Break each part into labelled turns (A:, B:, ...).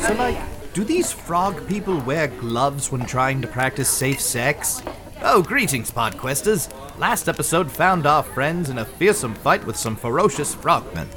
A: So, like, do these frog people wear gloves when trying to practice safe sex? Oh, greetings, podquesters. Last episode found our friends in a fearsome fight with some ferocious frogmen.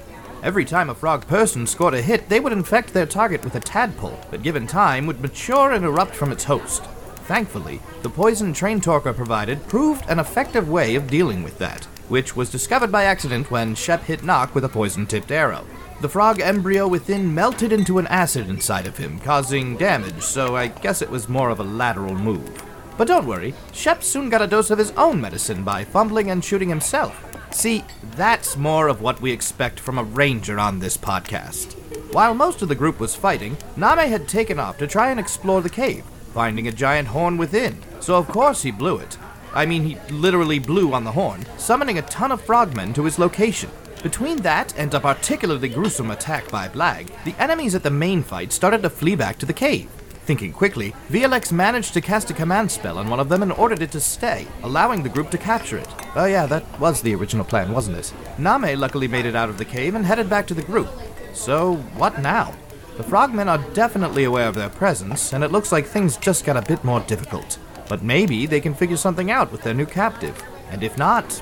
A: Every time a frog person scored a hit, they would infect their target with a tadpole that, given time, would mature and erupt from its host. Thankfully, the poison Train Talker provided proved an effective way of dealing with that, which was discovered by accident when Shep hit Nock with a poison tipped arrow. The frog embryo within melted into an acid inside of him, causing damage, so I guess it was more of a lateral move. But don't worry, Shep soon got a dose of his own medicine by fumbling and shooting himself. See, that's more of what we expect from a ranger on this podcast. While most of the group was fighting, Name had taken off to try and explore the cave, finding a giant horn within, so of course he blew it. I mean, he literally blew on the horn, summoning a ton of frogmen to his location. Between that and a particularly gruesome attack by Blag, the enemies at the main fight started to flee back to the cave. Thinking quickly, VLX managed to cast a command spell on one of them and ordered it to stay, allowing the group to capture it. Oh, yeah, that was the original plan, wasn't it? Name luckily made it out of the cave and headed back to the group. So, what now? The frogmen are definitely aware of their presence, and it looks like things just got a bit more difficult. But maybe they can figure something out with their new captive. And if not,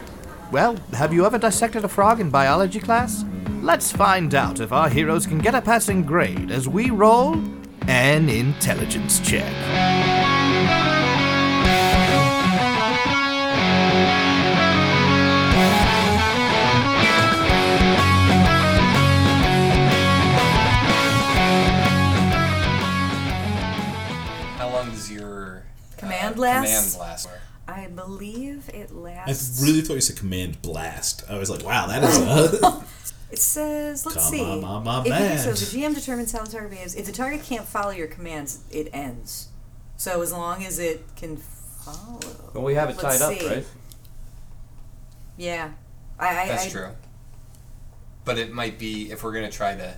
A: well, have you ever dissected a frog in biology class? Let's find out if our heroes can get a passing grade as we roll an intelligence check.
B: How long does your
C: Command
B: uh,
C: last?
B: Command last.
C: I believe it
D: I
C: lasts.
D: really thought you said command blast. I was like, wow, that is
E: Oh.
D: a.
C: It says, let's
D: Come
C: see.
D: on, my- my
C: if you-
D: man.
C: so the GM determines how the target behaves. If the target can't follow your commands, it ends. So as long as it can follow.
E: Well, we have it
C: Let's
E: tied up,
C: see.
E: right?
C: Yeah. I, I,
B: That's
C: I,
B: true. But it might be if we're gonna try to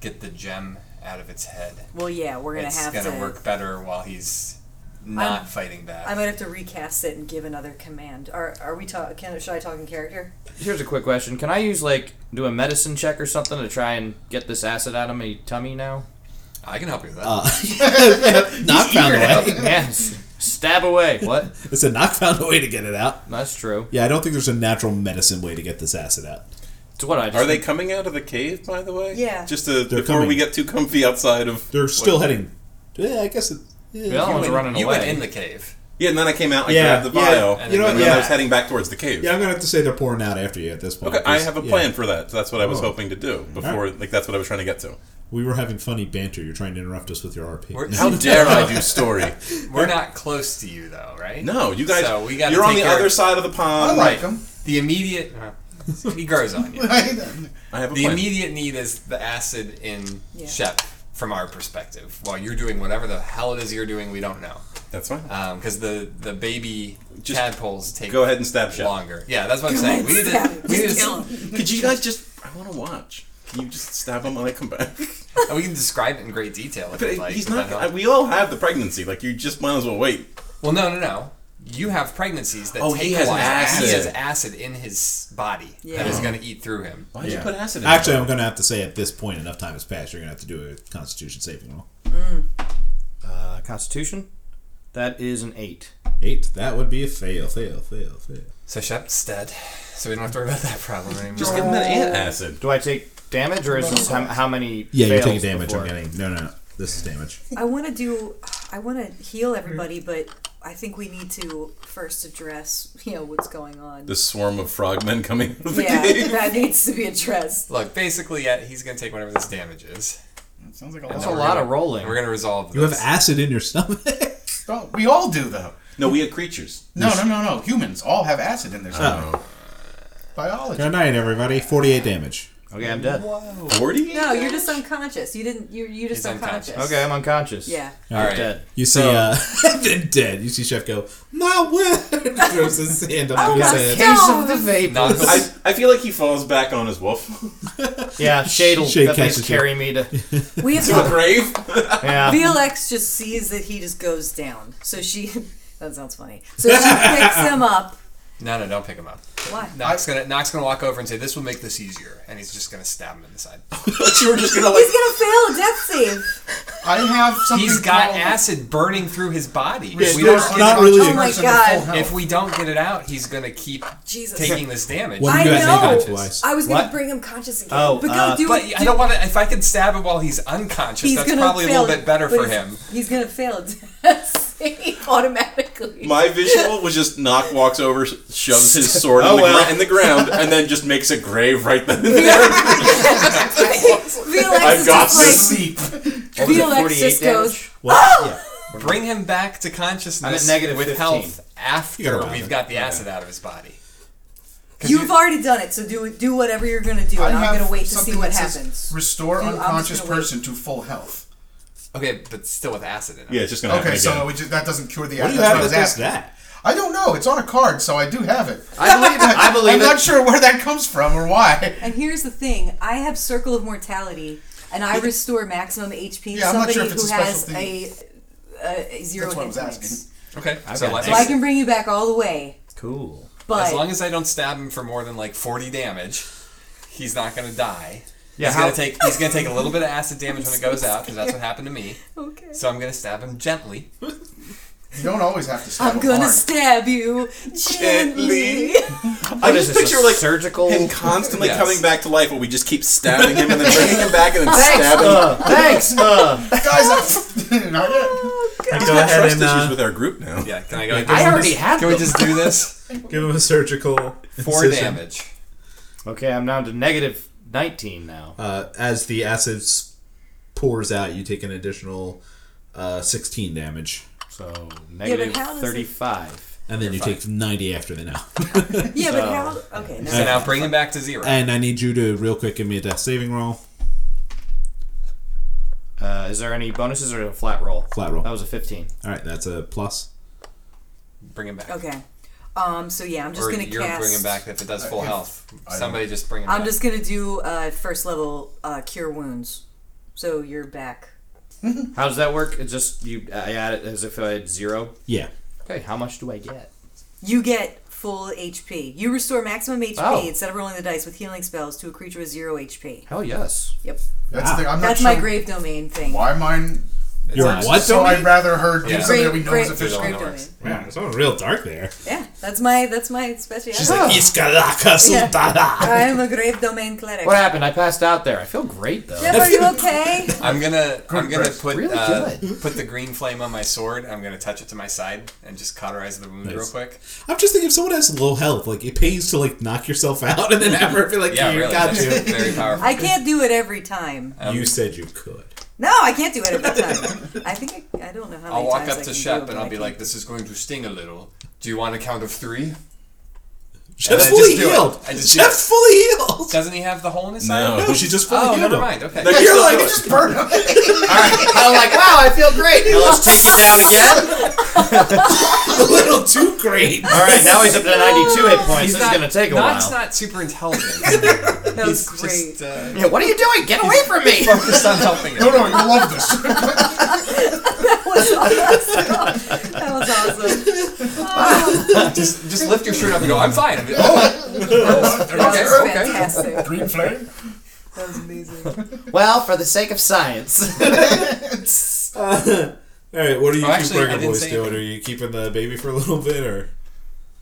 B: get the gem out of its head.
C: Well, yeah, we're gonna
B: it's
C: have
B: gonna
C: to.
B: work better while he's not
C: I'm-
B: fighting back.
C: I might have to recast it and give another command. Are are we talking? Should I talk in character?
E: Here's a quick question. Can I use, like, do a medicine check or something to try and get this acid out of my tummy now?
B: I can help you with that.
D: Knock found a way.
E: yes. Stab away. What?
D: It's a knock found a way to get it out.
E: That's true.
D: Yeah, I don't think there's a natural medicine way to get this acid out.
E: It's what I just
F: Are they coming out of the cave, by the way?
C: Yeah.
F: Just to,
D: They're
F: before
D: coming.
F: we get too comfy outside of.
D: They're still
F: What-
D: heading. Yeah, I guess it. Yeah.
E: The other
B: you
E: one's
B: went,
E: running
B: you
E: away.
B: went in the cave.
F: Yeah, and then I came out. I
D: Yeah,
F: grabbed the
D: yeah.
F: vial.
D: You know
F: and
D: what,
F: then
D: yeah.
F: I was heading back towards the cave.
D: Yeah, I'm gonna have to say they're pouring out after you at this point.
F: Okay, I
D: 'cause,
F: have a
D: yeah,
F: plan for that. So that's what I was
D: Oh.
F: hoping to do before. Like that's what I was trying to get to.
D: We were having funny banter. You're trying to interrupt us with your RP.
B: We're-
F: How dare I do story?
B: We're not close to you though, right?
F: No, you guys.
B: So we gotta
F: you're on
B: take
F: the
B: care
F: other
B: of-
F: side of the pond.
G: I like
F: Right.
G: them.
B: The immediate
E: Uh-huh.
B: he grows on you.
F: I have a
B: The
F: plan.
B: immediate need is the acid in
C: Yeah.
B: Shep from our perspective. While you're doing whatever the hell it is you're doing, we don't know.
F: That's fine.
B: because Um, the the baby
F: Just
B: tadpoles take
F: Go ahead and stab Shep.
B: longer. Yeah, that's what I'm saying. We need to, we, need to-
F: Could you guys just? I want to watch. Can you just stab him when I come back?
B: and we can describe it in great detail if
F: But
B: you'd like.
F: he's
B: but
F: not.
B: I don't-
F: we all have the pregnancy. Like you just might as well wait.
B: well, no, no, no. You have pregnancies that
F: Oh,
B: take
F: he
B: a
F: has
B: while.
F: acid.
B: He has acid in his body
C: Yeah.
B: that is going to eat through him.
F: Why'd
D: Yeah.
F: you put acid in?
D: Actually, I'm gonna have to say at this point, enough time has passed. You're gonna have to do a Constitution saving roll.
E: Uh, Constitution? That is an 8.
D: Eight. That would be a fail. Fail. Fail. Fail.
B: So Shep's dead, so we don't have to worry about that problem anymore.
F: just give him that ant acid.
E: Do I take damage, or is this how, how many
D: Yeah, you're
E: fails
D: taking damage.
E: before?
D: I'm getting no, no, no. This is damage.
C: I want to do. I want to heal everybody, but I think we need to first address you know what's going on.
F: The swarm of frogmen coming out of the
C: yeah,
F: cave.
C: that needs to be addressed.
B: Look, basically, yeah, he's going to take whatever this damage is.
G: Sounds like a lot.
E: That's a
B: We're
E: lot
B: gonna-
E: of rolling.
B: And we're going to resolve
D: You have
B: this.
D: acid in your stomach.
G: Oh, we all do though.
F: No, we had creatures.
G: No, no, no, no. Humans all have acid in their stomach.
F: Oh.
D: Good
G: Biology.
D: night, everybody. Forty-eight damage.
E: Okay, I'm dead.
F: 40?
C: No, you're just unconscious. You didn't. You're you
B: He's
C: just
B: unconscious.
C: unconscious.
E: Okay, I'm unconscious.
C: Yeah.
B: All right.
E: Dead.
D: You see, uh, then dead. You see Chef go, my word! Throws his hand up to his
C: my
D: head.
C: God. Case of the
B: Not-
F: I, I feel like he falls back on his wolf.
E: Yeah, Shade'll
D: Shade
E: that thing's
D: catches you.
E: carry me to.
C: We have
F: to a grave?
E: Yeah.
C: VLX just sees that he just goes down. So she. That sounds funny. So she picks him up.
B: No, no, don't pick him up.
C: Why?
B: Knock's gonna Knock's gonna walk over and say, "This will make this easier," and he's just gonna stab him in the side.
F: you were just gonna like,
C: He's gonna fail a death save.
G: I have something.
B: He's got
G: called-
B: acid burning through his body.
G: Yeah,
B: If we
H: there's
B: don't get
H: not
B: it-
H: really a-
C: Oh my
G: Person to
C: God.
G: full health.
B: If we don't get it out, he's gonna keep
C: Jesus.
B: taking this damage.
H: Well,
C: I
H: you guys
C: know.
H: named him twice.
C: I was gonna
B: What?
C: bring him conscious again.
E: Oh,
C: but go
E: uh,
C: do
B: but
C: it.
B: I don't want to. If I can stab him while he's unconscious,
C: He's
B: that's
C: gonna
B: probably
C: fail,
B: a little bit better
C: but
B: for
C: he's-
B: him.
C: He's gonna fail a save automatically.
F: My visual was just knock walks over, shoves his sword in, the gr- in the ground, and then just makes a grave right then and there.
C: Felix is
F: I've got
C: just like
F: sleep.
E: What was it,
C: Felix
E: 48
C: just goes.
E: damage?
B: Bring him back to consciousness
E: I'm at negative
B: with
E: 15.
B: health
H: You gotta
B: after
H: round
B: we've
H: it.
B: got the acid out of his body. 'Cause
C: You've already done it, so do do whatever you're gonna do,
G: I
C: and I'm
G: have
C: gonna wait to see
G: something
C: what
G: that says,
C: happens.
G: Restore
C: You- I'm just
G: unconscious
C: gonna wait."
G: person to full health.
B: okay, but still with acid in him.
F: Yeah, it's just gonna
G: Okay,
F: happen
G: so
F: again.
G: it just, that doesn't cure the
H: What do
G: acid.
H: you
G: That's
H: have
G: what I
H: that
G: was
H: does
G: asking.
H: that?
G: I don't know. It's on a card, so I do have it.
E: I believe it. I believe
G: I'm
E: it.
G: not sure where that comes from or why.
C: And here's the thing: I have Circle of Mortality, and I restore maximum HP to
G: Yeah, I'm
C: somebody
G: not sure if
C: who
G: it's a
C: has
G: special
C: a, a, a zero
G: That's what I
C: hit
G: was
C: points.
G: asking.
B: Okay, so
E: got
B: let's,
C: So I can bring you back all the way,
E: Cool.
C: but
B: as long as I don't stab him for more than like forty damage, he's not gonna die.
I: Yeah,
B: he's
I: how-
B: gonna take he's gonna take a little bit of acid damage when it goes out because that's what happened to me.
C: okay.
B: So I'm gonna stab him gently.
G: You don't always have to stab
C: I'm
G: a
C: gonna
G: card.
C: stab you gently.
F: I
E: What is
F: just
E: this,
F: picture
E: a
F: like
E: surgical?
F: him constantly
B: Yes.
F: coming back to life, where we just keep stabbing him and then bringing him back and then stabbing. him.
E: Uh, thanks. Uh,
G: Guys, I'm, not yet.
F: He's
H: Go
F: got
H: ahead
F: trust
H: and
F: issues
H: uh,
F: with our group now.
B: Yeah, can I go?
E: I already had
B: Can we just do this?
H: give him a surgical
B: Four
H: incision.
B: damage.
E: okay, I'm down to negative 19 now.
H: Uh, as the acid s- pours out, you take an additional uh, 16 damage,
E: So negative
C: how does it-
E: 35.
H: and then you take 90 after that now.
C: Yeah, but how? Okay, no.
B: So now bring him back to zero.
H: and I need you to real quick give me a death saving roll.
E: Uh, is there any bonuses or a flat roll?
H: Flat roll.
E: That was a 15.
H: All right, that's a plus.
B: Bring him back.
C: Okay. Um. So yeah, I'm just
B: Or
C: gonna
B: you're
C: cast.
B: bringing back if it does full
G: if-
B: health.
G: I don't-
B: Somebody just bring him
C: I'm
B: back.
C: just gonna do uh, first level uh, cure wounds. So you're back.
E: How does that work? It's just you. I add it as if I had zero.
H: Yeah.
E: Okay, how much do I get?
C: You get full HP. You restore maximum HP
E: Oh.
C: instead of rolling the dice with healing spells to a creature with zero HP.
E: Hell yes.
C: Yep.
G: That's, the thing. I'm not
C: That's
G: sure
C: my grave domain thing.
G: why mine.
H: You're
B: It's-
H: what?
G: So I'd rather her do
B: Yeah.
G: something
C: Grave,
G: that we know
C: grave,
G: is official.
C: grave
B: It
C: domain.
B: works.
H: Yeah, it's all real dark there.
C: Yeah, that's my that's my specialty.
H: She's
E: Oh.
H: like, Iskalaka Sultana.
C: I am a grave domain cleric.
E: What happened? I passed out there. I feel great though.
C: Jeff, are you okay?
B: I'm gonna I'm gonna
G: press.
B: put
E: Really
B: uh, put the green flame on my sword. I'm gonna touch it to my side and just cauterize the wound real
H: Nice.
B: quick.
H: I'm just thinking if someone has low health, like it pays to like knock yourself out and then have her be like,
B: Yeah,
H: yeah, you
B: really,
H: got
B: that's
H: you.
B: very powerful.
C: I can't do it every time.
H: you said you could.
C: No, I can't do it every time. I think I, I don't know how many
B: I'll walk
C: times
B: up
C: I
B: to
C: can do
B: Shep
C: it,
B: and
C: but I
B: I'll be
C: can't.
B: like, "This is going to sting a little. Do you want a count of three?
H: Jeff's
B: I just do
H: fully
B: it.
H: healed.
B: I just do it.
H: Jeff's fully healed.
B: Doesn't he have the hole in his
F: No.
B: side?
H: No, she just fully
B: Oh,
H: healed.
B: never
H: him.
B: mind. Okay.
F: Like,
H: You're
F: still
H: like-
F: do it.
G: Just burn him.
E: I'm like, wow, I feel great.
F: Now let's take him down again.
H: A little too great.
E: All right, now he's up to 92 hit points. this
B: not-
E: is gonna take a
B: Knock's
E: while.
B: not super intelligent.
C: that was
B: He's
C: great.
B: just uh,
E: Yeah, what are you doing? Get away from me!
B: focused on helping.
G: No,
B: him.
G: no, you'll Oh, love this.
C: That was awesome.
B: Just just lift your shirt up and go. I'm fine. I'm- Oh,
C: That was
B: okay, okay.
C: fantastic.
G: Green flame.
C: That was amazing.
E: well, for the sake of science.
H: All right, what are you
B: Oh, actually,
H: two
B: I
H: burger
B: didn't
H: boys
B: say
H: doing?
B: anything.
H: Are you keeping the baby for a little bit, or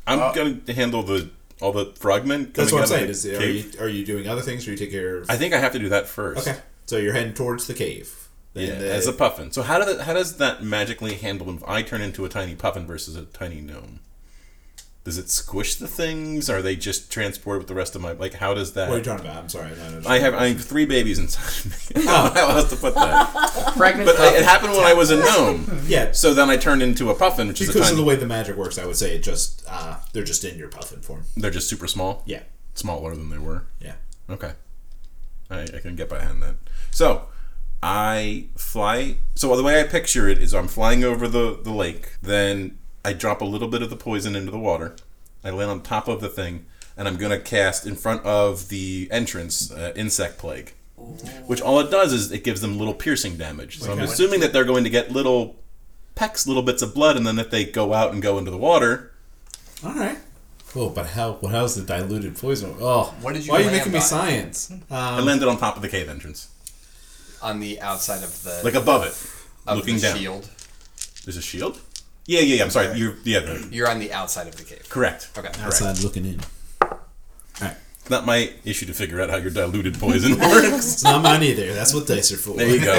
F: I'm gonna handle the all the frogmen.
H: that's
F: coming
H: what I'm
F: out of
H: saying?
F: the
H: Is, are
F: cave.
H: you are you doing other things, or you take care of?
F: I think I have to do that first.
H: okay, so you're heading towards the cave. Then
F: Yeah,
H: the-
F: as a puffin. So how does how does that magically handle if I turn into a tiny puffin versus a tiny gnome? Does it squish the things? Are they just transported with the rest of my like? How does that?
H: what are you talking about? I'm sorry. No, no, no.
F: I have I have three babies inside me. I don't know how else to put that.
E: Pregnant
F: But I, it
E: puppy.
F: happened when I was a gnome.
H: yeah.
F: So then I turned into a puffin, which is a
H: Because
F: tiny.
H: of the way the magic works, I would say it just uh, they're just in your puffin form.
F: they're just super small.
H: Yeah,
F: smaller than they were.
H: yeah.
F: Okay. I, I can get behind that. So I fly. So the way I picture it is I'm flying over the, the lake, then I drop a little bit of the poison into the water. I land on top of the thing, and I'm going to cast in front of the entrance uh, insect plague. Which all it does is it gives them little piercing damage. So I'm assuming that they're going to get little pecks, little bits of blood, and then if they go out and go into the water,
H: All right. Oh, but how? What how's the diluted poison? Oh,
B: What did you
H: Why are you
B: land
H: making me
B: on?
H: science?
F: I landed on top of the cave entrance.
B: on the outside of the
F: Like above it,
B: of
F: looking
B: the
F: down.
B: shield.
F: There's a shield. Yeah, yeah, yeah. I'm sorry. You're yeah. the-
B: You're on the outside of the cave.
F: correct.
B: Okay.
H: Outside looking in. Alright.
F: It's not my issue to figure out how your diluted poison works.
H: It's not mine either. That's what dice are for.
F: There you go.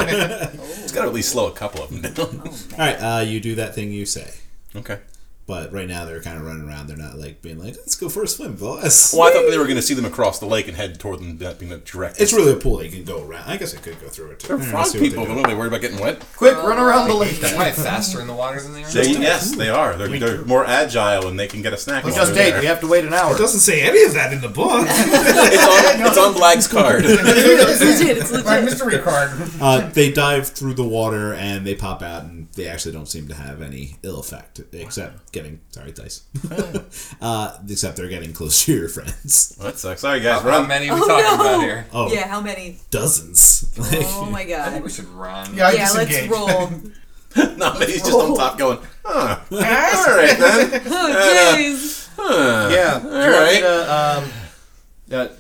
F: It's got to at least slow a couple of them down.
H: Alright, uh, you do that thing you say.
F: Okay.
H: But right now they're kind of running around. They're not like being like, let's go for a swim, boss.
F: Well, I thought they were going to see them across the lake and head toward them, that being the direct.
H: It's really a pool that you can go around. I guess I could go through it too.
F: they're
H: I don't know,
F: frog
H: see what they
F: people.
H: do.
F: They're not really worried about getting wet.
B: Quick, run around the lake. Am I faster in the water than they are?
F: They, yes, they are. They're, they're more agile and they can get a snack.
J: We
F: while
J: just
F: they're
J: ate.
F: there.
J: We have to wait an hour.
H: It doesn't say any of that in the book.
F: It's on, it's on Black's card.
C: it's legit. It's
G: My
C: legit.
G: mystery card.
H: uh, they dive through the water and they pop out, and they actually don't seem to have any ill effect, except getting sorry dice. uh, except they're getting close to your friends,
F: that sucks. uh, Sorry, guys.
B: How
F: Run.
B: many are we
C: Oh
B: talking
C: no!
B: about here?
H: Oh.
C: Yeah, how many?
H: dozens. Like,
C: Oh my
B: I think we
C: god.
B: should run.
G: Yeah, I
C: Yeah, let's
G: disengage.
C: roll.
F: No, but he's just on top going, huh. All right, then.
C: Oh jeez.
F: Huh.
E: Yeah. Do you want
F: Alright.
E: me to,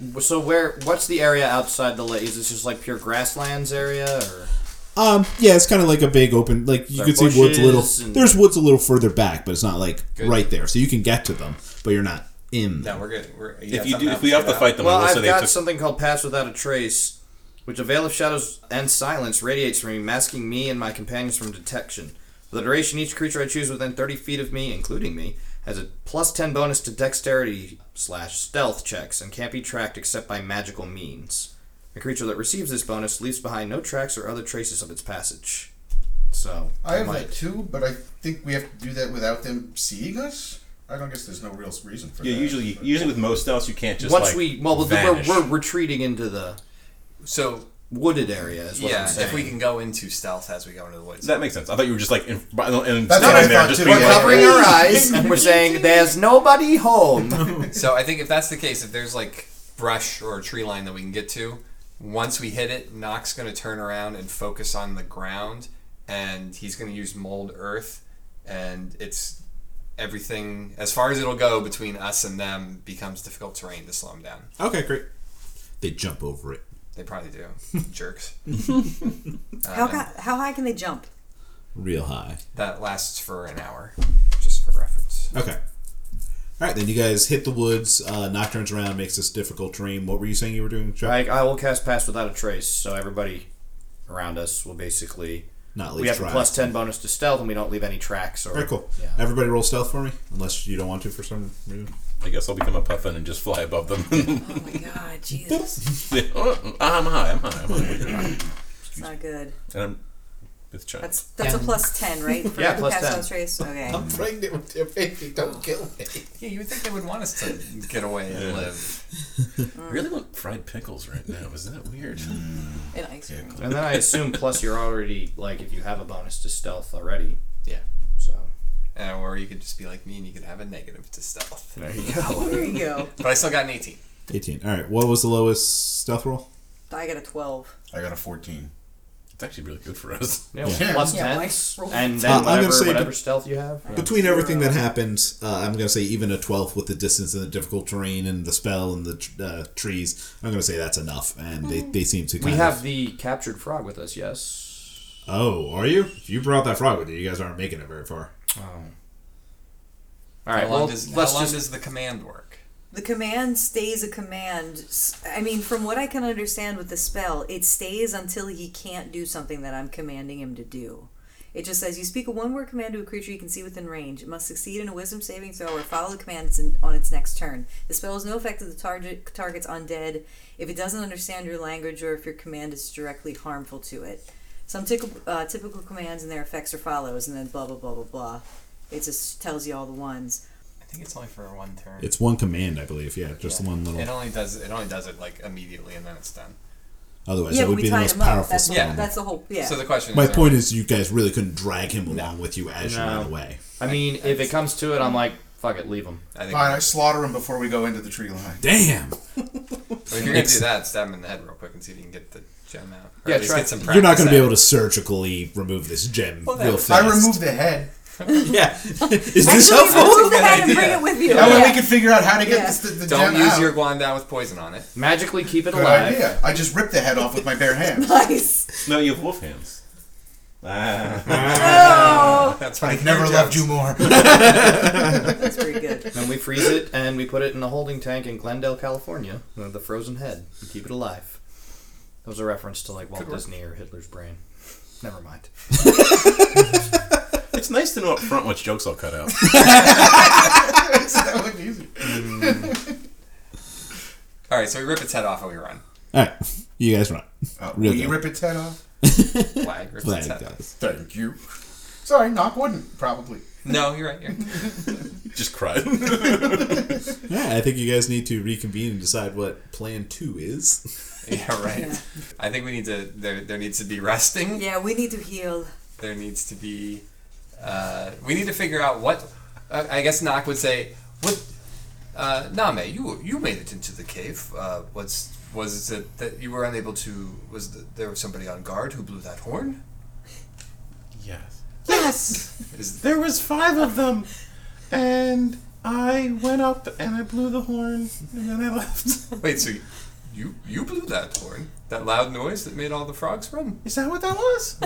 E: um, uh, so where? What's the area outside the lake? Is this just like pure grasslands area, or
H: um, yeah, it's kind of like a big open. Like you
E: There are
H: could see woods a little.
E: bushes and-
H: There's woods a little further back, but it's not like right there, so you can get to them, but you're not in.
B: No, we're good. We're,
F: If you do, if we have to fight them,
E: Well,
F: we'll say
E: I've
F: they
E: got
F: took-
E: something called Pass Without a Trace, which a veil of shadows and silence radiates from me, masking me and my companions from detection. For the duration, each creature I choose within 30 feet of me, including me, has a plus 10 bonus to dexterity slash stealth checks and can't be tracked except by magical means. A creature that receives this bonus leaves behind no tracks or other traces of its passage. So,
G: I have
E: might-
G: that too, but I think we have to do that without them seeing us. I don't guess there's no real reason for
F: Yeah,
G: that.
F: usually, usually with most else, you can't just
E: once
F: like,
E: we well, we're,
F: vanish.
E: we're retreating into the
B: So
E: wooded area. Is what
B: yeah,
E: I'm saying.
B: if we can go into stealth as we go into the woods.
F: that makes sense. I thought you were just like in, by- and
G: That's what I
F: standing there
G: thought,
F: just
G: too.
F: being
G: We're
F: like,
E: covering our eyes and we're saying there's nobody home.
B: So I think if that's the case, if there's like brush or a tree line that we can get to, once we hit it, Nock's going to turn around and focus on the ground, and he's going to use mold earth, and it's everything as far as it'll go between us and them becomes difficult terrain to slow them down.
H: Okay, great. They jump over it.
B: They probably do, jerks.
E: Uh-huh.
C: How ca- how high can they jump?
H: real high.
B: That lasts for an hour, just for reference.
H: Okay. All right, then you guys hit the woods. Uh, Nock turns around, makes this difficult terrain. What were you saying you were doing, Chuck?
E: I, I will cast pass without a trace, so everybody around us will basically.
H: Not
E: We
H: leave
E: have a
H: dry.
E: plus ten bonus to stealth, and we don't leave any tracks or.
H: All right, cool.
E: Yeah.
H: Everybody roll stealth for me, unless you don't want to for some reason.
F: I guess I'll become a puffin and just fly above them.
C: Oh my god, Jesus.
F: Oh, I'm high. I'm high. I'm high.
C: It's not good.
F: and I'm with child.
C: That's that's a plus ten, right? For
E: Yeah, plus
C: pass
E: 10.
C: without trace. Okay.
H: Pregnant with your baby, don't kill me.
B: Yeah, you would think they would want us to get away and live.
F: I really want fried pickles right now. Is that weird?
C: An ice cream.
E: And then I assume plus you're already like if you have a bonus to stealth already.
B: Yeah.
E: So
B: Uh, or you could just be like me and you could have a negative to stealth.
E: there you go.
C: There you go.
B: But I still got an 18.
H: 18. All right, what was the lowest stealth roll?
C: I got a twelve.
G: I got a 14.
F: It's actually really good for us.
E: Yeah, Plus
C: Yeah,
E: ten,
C: nice.
H: Uh,
E: and then
H: I'm gonna
E: whatever,
H: say
E: whatever
H: bet-
E: stealth you have. Yeah.
H: Between everything that happened, uh, I'm going to say even a 12 with the distance and the difficult terrain and the spell and the tr- uh, trees. I'm going to say that's enough, and they, they seem to kind
E: We
H: of-
E: have the captured frog with us. Yes.
H: Oh, are you? If you brought that frog with you, you guys aren't making it very far.
E: All right.
B: How long,
E: Well,
B: does, how
E: let's
B: long
E: just
B: does the command work?
C: The command stays a command. S- I mean, from what I can understand with the spell, it stays until he can't do something that I'm commanding him to do. It just says you speak a one-word command to a creature you can see within range. It must succeed in a Wisdom saving throw or follow the commands in, on its next turn. The spell has no effect if the target target's undead, if it doesn't understand your language, or if your command is directly harmful to it. Some typical uh, typical commands and their effects are follows, and then blah blah blah blah blah. It just tells you all the ones.
B: I think it's only for one turn.
H: It's one command, I believe. Yeah, just one little.
B: It only does it only does it like immediately and then it's done.
H: Otherwise,
C: yeah,
H: it
C: but
H: would
C: we
H: be the
C: tie
H: most
C: him up.
H: powerful
C: That's,
H: spell.
C: yeah. that's the whole. Yeah.
B: So the question
H: My
B: is
H: point is, you guys really couldn't drag him along with you as you
E: No.
H: ran away.
E: I mean, if it comes to it, I'm like, fuck it, leave him.
B: I think
G: Fine, I slaughter him before we go into the tree line.
H: Damn,
B: well, if you're gonna do that, stab him in the head real quick and see if you can get the gem out. Or
E: Yeah,
B: at least
E: try-
B: get some
H: you're not going to be able
B: practice
H: to surgically remove this gem
B: Well, that-
H: real
B: I
H: fast.
G: I remove the head.
H: Yeah, is this
C: Actually, remove
H: helpful?
C: the head and bring it with you.
G: That way we
C: Yeah.
G: can figure out how to get
C: Yeah.
G: this, the, the
B: at it.
G: gem
B: Don't use
G: out.
B: your guandao with poison on it.
E: Magically keep it
G: Good
E: alive.
G: idea. I just ripped the head off with my bare hands.
C: Nice.
F: No, you have wolf hands. Ah.
B: That's my
G: I've never
B: hair
G: loved
B: jokes.
G: you more.
C: That's pretty good.
E: Then we freeze it and we put it in a holding tank in Glendale, California, with the frozen head, and keep it alive. That was a reference to like Walt Disney or Hitler's brain. Never mind.
F: it's nice to know up front which jokes I'll cut out.
G: that would be easy.
B: All right, so we rip its head off and we run.
D: All right, you guys run.
G: Oh,
D: Real
G: will you
D: good.
G: rip its head off?
B: Flag rips
D: Flag
B: its head off.
D: does.
F: Thank you.
G: Sorry, Knock wouldn't, probably.
B: No, you're right. You're right.
F: Just cried.
D: Yeah, I think you guys need to reconvene and decide what plan two is.
B: Yeah, right. I think we need to. There, there needs to be resting.
C: Yeah, we need to heal.
B: There needs to be. Uh, we need to figure out what. Uh, I guess Nock would say, "What, uh, Name? You you made it into the cave. Uh, what's was it that you were unable to? Was the, there was somebody on guard who blew that horn?
F: yes.
B: Yes. Is,
F: There was five of them, and I went up and I blew the horn and then I left.
B: wait. So you you blew that horn? That loud noise that made all the frogs run?
F: Is that what that was?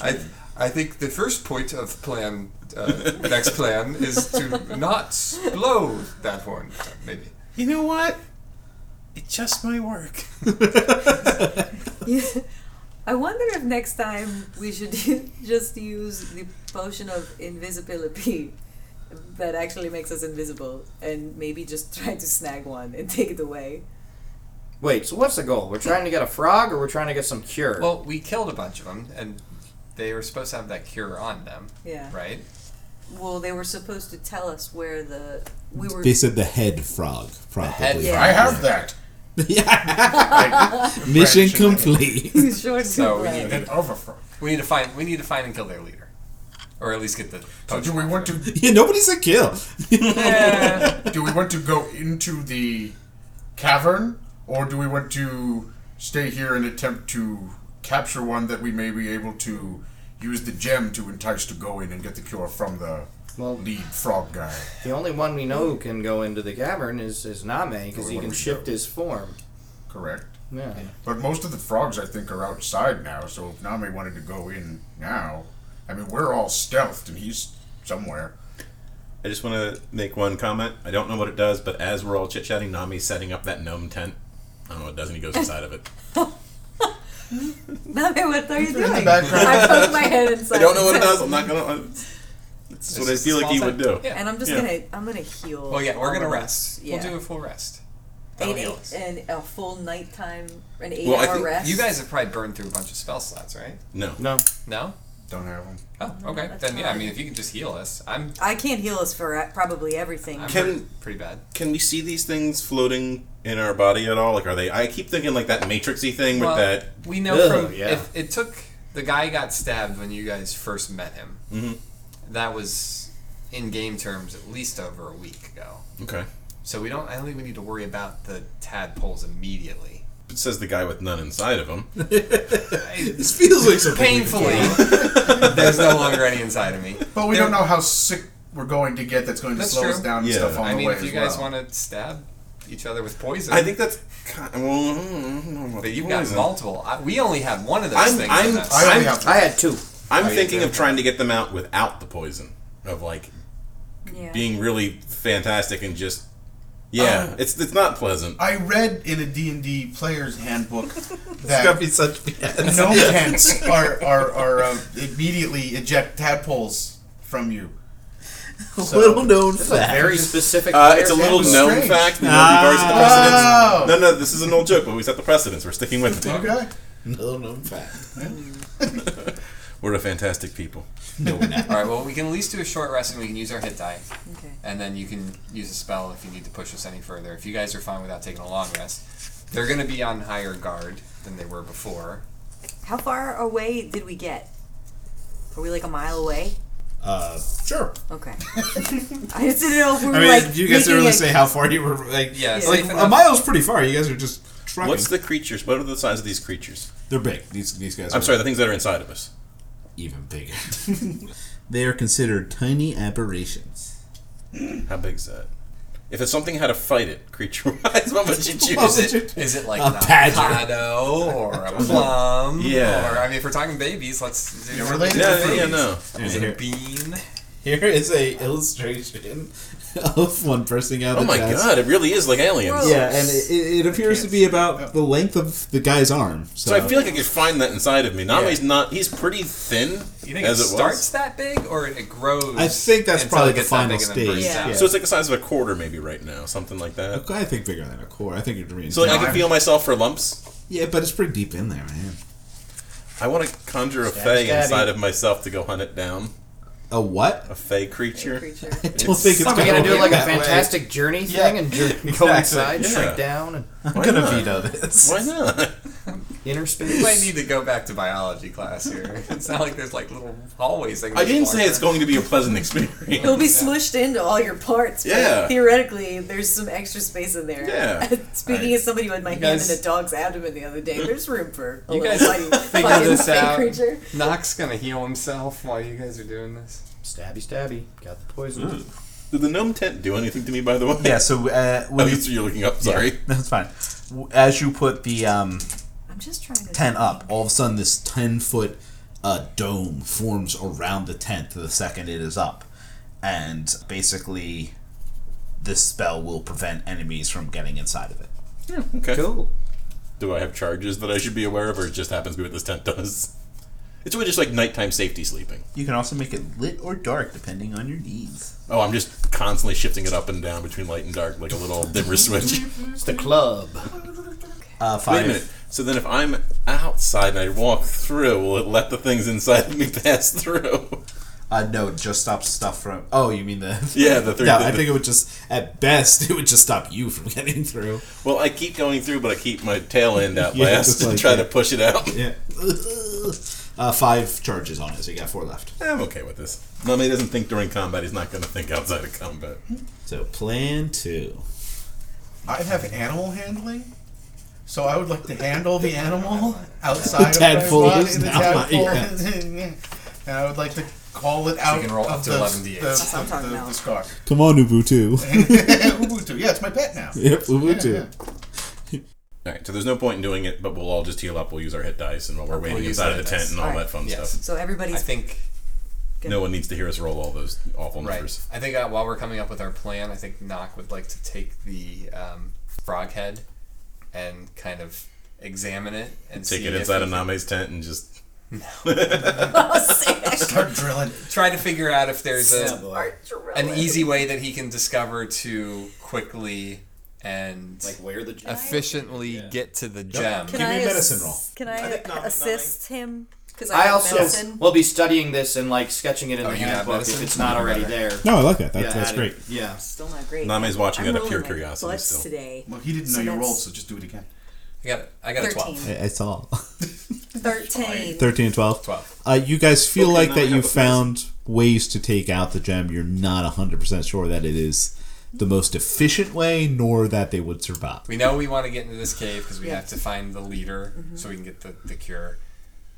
B: I I think the first point of plan, uh, next plan, is to not blow that horn. Maybe.
F: You know what? It just might work.
C: Yeah. I wonder if next time we should just use the potion of invisibility that actually makes us invisible and maybe just try to snag one and take it away.
E: Wait, so what's the goal? We're trying to get a frog or we're trying to get some cure?
B: Well, we killed a bunch of them, and they were supposed to have that cure on them,
C: Yeah.
B: right?
C: Well, they were supposed to tell us where the we were
D: They said the head frog, probably.
B: head
C: Yeah.
G: I have that.
D: yeah. Mission complete.
C: sure
B: So
C: to
B: we
C: play.
B: need,
G: And overfrog.
B: we need to find we need to find and kill their leader, or at least get the.
G: So do we want to
D: yeah, nobody said kill.
G: do we want to go into the cavern or do we want to stay here and attempt to capture one that we may be able to use the gem to entice to go in and get the cure from the
E: Well-
G: lead frog guy?
E: the only one we know who can go into the cavern is, is Name because he can shift his form.
G: Correct.
E: Yeah.
G: But most of the frogs, I think, are outside now. So if Nami wanted to go in now, I mean, we're all stealthed, and he's somewhere.
F: I just want to make one comment. I don't know what it does, but as we're all chit chatting, Nami's setting up that gnome tent. I don't know what it does, and he goes inside of it.
C: Nami, what are you doing?
G: background.
C: I poked my head inside.
F: I don't know what it does. I'm not gonna. That's what I
B: just
F: feel
B: a
F: like he
B: small
F: would do.
B: tent. Yeah.
C: And I'm just
F: Yeah.
C: gonna I'm gonna heal.
B: Well, yeah, we're gonna
C: all of
B: rest.
C: us. Yeah.
B: We'll do a full rest. That'll
C: an
B: heal
C: eight,
B: us.
C: and a full nighttime an eight
F: Well, I
C: hour
F: think
C: rest.
B: You guys have probably burned through a bunch of spell slots, right?
F: No.
E: No.
B: No.
G: Don't have him.
B: Oh, okay.
C: that's
B: Then yeah, I
C: fine.
B: mean, if you can just heal us, I'm
C: I can't heal us for uh, probably everything.
B: I'm
F: Can-
B: pretty- pretty bad.
F: Can we see these things floating in our body at all? Like, are they? I keep thinking like that matrixy thing with
B: Well,
F: that.
B: we know
E: Ugh,
B: from
E: yeah.
B: if it took the guy got stabbed when you guys first met him.
F: Mm-hmm.
B: That was in game terms at least over a week ago.
F: Okay.
B: So we don't. I don't think we need to worry about the tadpoles immediately.
F: It says the guy with none inside of him.
D: This feels like something.
B: Painfully, there's no longer any inside of me.
G: But we
B: There-
G: don't know how sick we're going to get. That's going to
B: That's
G: slow us
B: true.
G: down and
F: Yeah.
G: stuff on
B: I
G: the
B: mean,
G: way.
B: if you
G: as
B: guys
G: well.
B: want to stab each other with poison,
F: I think that's kind of, well. I don't know about
B: But you've got
F: poison.
B: multiple. I, we only have one of those
F: I'm-
B: things.
F: I'm-
B: with us.
G: I only
F: I'm-
G: have
E: I had two.
F: I'm thinking of trying to get them out without the poison. Of like
C: yeah.
F: being really fantastic and just yeah,
D: Ah.
F: it's it's not pleasant.
G: I read in a D&D player's handbook
D: Gotta
G: that
D: be such BS.
G: gnome tents are, are, are uh, immediately eject tadpoles from you. So-
D: Little known fact.
E: Very specific.
F: Uh, it's a
E: players.
F: little
G: was
F: known
G: strange.
F: fact. We regards
D: Ah.
F: to precedence.
G: Oh!
F: No, no, this is an old joke, but we set the precedence. We're sticking with it.
G: Okay.
D: Little known fact.
F: We're a fantastic people.
B: All right. Well, we can at least do a short rest, and we can use our hit die.
C: Okay.
B: and then you can use a spell if you need to push us any further. If you guys are fine without taking a long rest, they're going to be on higher guard than they were before.
C: How far away did we get? Are we like a mile away?
D: Uh, sure.
C: Okay. I just didn't know if we were
D: I mean,
C: like
D: you guys didn't
C: making
D: really
C: a-
D: say how far you were. Like,
B: Yeah,
D: like
B: safe
D: a
B: enough.
D: mile's pretty far. You guys are just trucking.
F: What's the creatures? What are the size of these creatures?
D: They're big. These these guys.
F: I'm
D: are
F: sorry, the things that are inside of us.
D: even bigger. they are considered tiny aberrations.
F: How big's that? If it's something how to fight it, creature wise, what would you
H: What
F: choose?
H: would
B: Is
H: you
B: it, is it like
H: A
B: an
H: badger.
B: avocado or a plum?
F: Yeah.
B: Or I mean, if we're talking babies, let's do
G: Yeah, related
F: No,
G: to
F: yeah,
G: fruit.
F: yeah, no.
B: Is
H: Here-
B: it a bean?
H: Here is a illustration of one bursting out.
F: Oh
H: of
F: my
H: chest.
F: god, it really is like aliens.
C: Gross.
H: Yeah, and it, it it appears to be about the length of the guy's arm. So,
F: So I feel like I could find that inside of me. Name's not, he's pretty thin
B: You think
F: as
B: it,
F: was.
B: starts that big or it grows?
H: I think that's
B: until
H: probably
B: it
H: the
B: gets that
H: final
B: big and then bursts
H: stage.
C: out.
H: Yeah.
F: So it's like the size of a quarter, maybe right now, something like that.
H: I think bigger than a core. I think you're dreaming.
F: So like, I
G: No,
F: can
G: I'm-
F: feel myself for lumps.
H: yeah, but it's pretty deep in there, man.
F: I want to conjure a
E: Stab,
F: fey
E: stabby.
F: inside of myself to go hunt it down.
H: A what?
F: A fey creature.
C: creature.
H: I don't think it's
E: Are we
H: gonna
E: gonna do
H: work
E: like a
H: that way.
E: fantastic journey
H: Yeah,
E: thing and ju- go
H: exactly.
E: inside,
F: Yeah.
E: shrink down, and
H: I'm gonna
F: not?
H: veto this.
F: Why not?
B: You
E: inner
B: might
E: space?
B: need to go back to biology class here. It's not like there's like little hallways. That
F: I didn't say it's going to be a pleasant experience.
C: It'll be smushed into all your parts. But
F: Yeah.
C: Theoretically, there's some extra space in there.
F: Yeah.
C: Speaking
F: Alright.
C: as somebody who had my
B: You
C: hand
B: guys-
C: in a dog's abdomen the other day, there's room for a
B: You
C: little
B: guys
C: tiny
B: figure
C: fucking
B: this
C: fake
B: out.
C: creature.
B: Knock's gonna heal himself while you guys are doing this.
E: Stabby, stabby, got the poison.
F: Did the gnome tent do anything to me, by the way?
K: Yeah, so uh,
F: Oh,
K: when you,
F: that's what you're looking up. Sorry.
K: Yeah, that's fine. W- As you put the um,
C: I'm just trying to
K: tent up,
H: All of a sudden, this ten foot uh, dome forms around the tent the second it is up, and basically, this spell will prevent enemies from getting inside of it.
F: Okay.
E: Cool.
F: Do I have charges that I should be aware of, or it just happens to be what this tent does? It's really just like nighttime safety sleeping.
K: you can also make it lit or dark depending on your needs.
F: Oh, I'm just constantly shifting it up and down between light and dark, like a little dimmer switch.
E: It's the club.
K: Uh,
F: Wait
K: five.
F: a minute. So then, if I'm outside and I walk through, will it let the things inside of me pass through?
H: Uh, no, it just stops stuff from. Oh, you mean the?
F: Yeah, the three.
H: No,
F: the-
H: I
F: the-
H: think it would just at best it would just stop you from getting through.
F: Well, I keep going through, but I keep my tail end out
H: Yeah,
F: last
H: just
F: and
H: like
F: try to
H: that.
F: push it out.
H: Yeah. Uh, five charges on it, so you got four left.
F: I'm okay with this. Nami doesn't think during combat. He's not going to think outside of combat.
H: So plan two.
G: I have animal handling, so I would like to handle the animal outside
H: The tadpole
G: of my body.
H: is
G: the
H: now my-
G: tadpole. and I would like to call it out
B: can roll up
G: of
B: to
G: the,
B: 11d8.
G: the,
B: That's
C: what I'm
G: the,
C: talking
G: the,
C: about.
G: the scar.
H: Come on, Ubuntu.
G: Ubuntu. Yeah, it's my pet now.
H: yep, Ubuntu.
F: All right, so there's no point in doing it, but we'll all just heal up. We'll use our hit dice, and while we're waiting
B: use
F: inside of
B: our hit
F: the tent
B: dice.
F: and all
C: All right,
F: that fun
B: yes.
F: stuff,
C: So everybody's
B: I think
F: no one needs to hear us roll all those awful
B: right.
F: numbers.
B: I think uh, while we're coming up with our plan, I think Knock would like to take the um, frog head and kind of examine it and
F: Take
B: see
F: it
B: if
F: inside
B: he
F: of
B: can-
F: Name's tent and just
G: Start drilling.
B: Try to figure out if there's a an
C: an
B: easy way that he can discover to quickly and
E: Like where the gem?
B: efficiently get to the gem.
C: Can
H: Give
C: I
H: me a medicine roll.
C: Can I,
K: think not- not
C: assist him? Because
E: I also
C: medicine.
E: will be studying this and like sketching it in
B: Oh,
E: the
B: you have
E: handbook if
B: medicine?
E: it's not already there.
H: No, I like that. That,
E: Yeah,
H: that's
E: add
H: great.
E: it. Yeah.
C: still not great.
F: Name's watching
C: I'm
F: out of
C: rolling
F: pure
C: my
F: curiosity
C: butts
F: still.
C: today.
G: Well, he didn't
C: So
G: know you
C: that's-
G: rolled, so just do it again.
B: I got I got a twelve.
C: Thirteen.
H: I, I saw.
C: Thirteen.
H: 13 and 12.
B: 12.
H: Uh, you guys feel
F: Okay,
H: like
F: now I
H: that you
F: have a
H: found ways to take out the gem. You're not 100% sure that it is the most efficient way, nor that they would survive.
B: We know we want to get into this cave because we
C: Yeah. Mm-hmm.
B: have to find the leader so we can get the, the cure.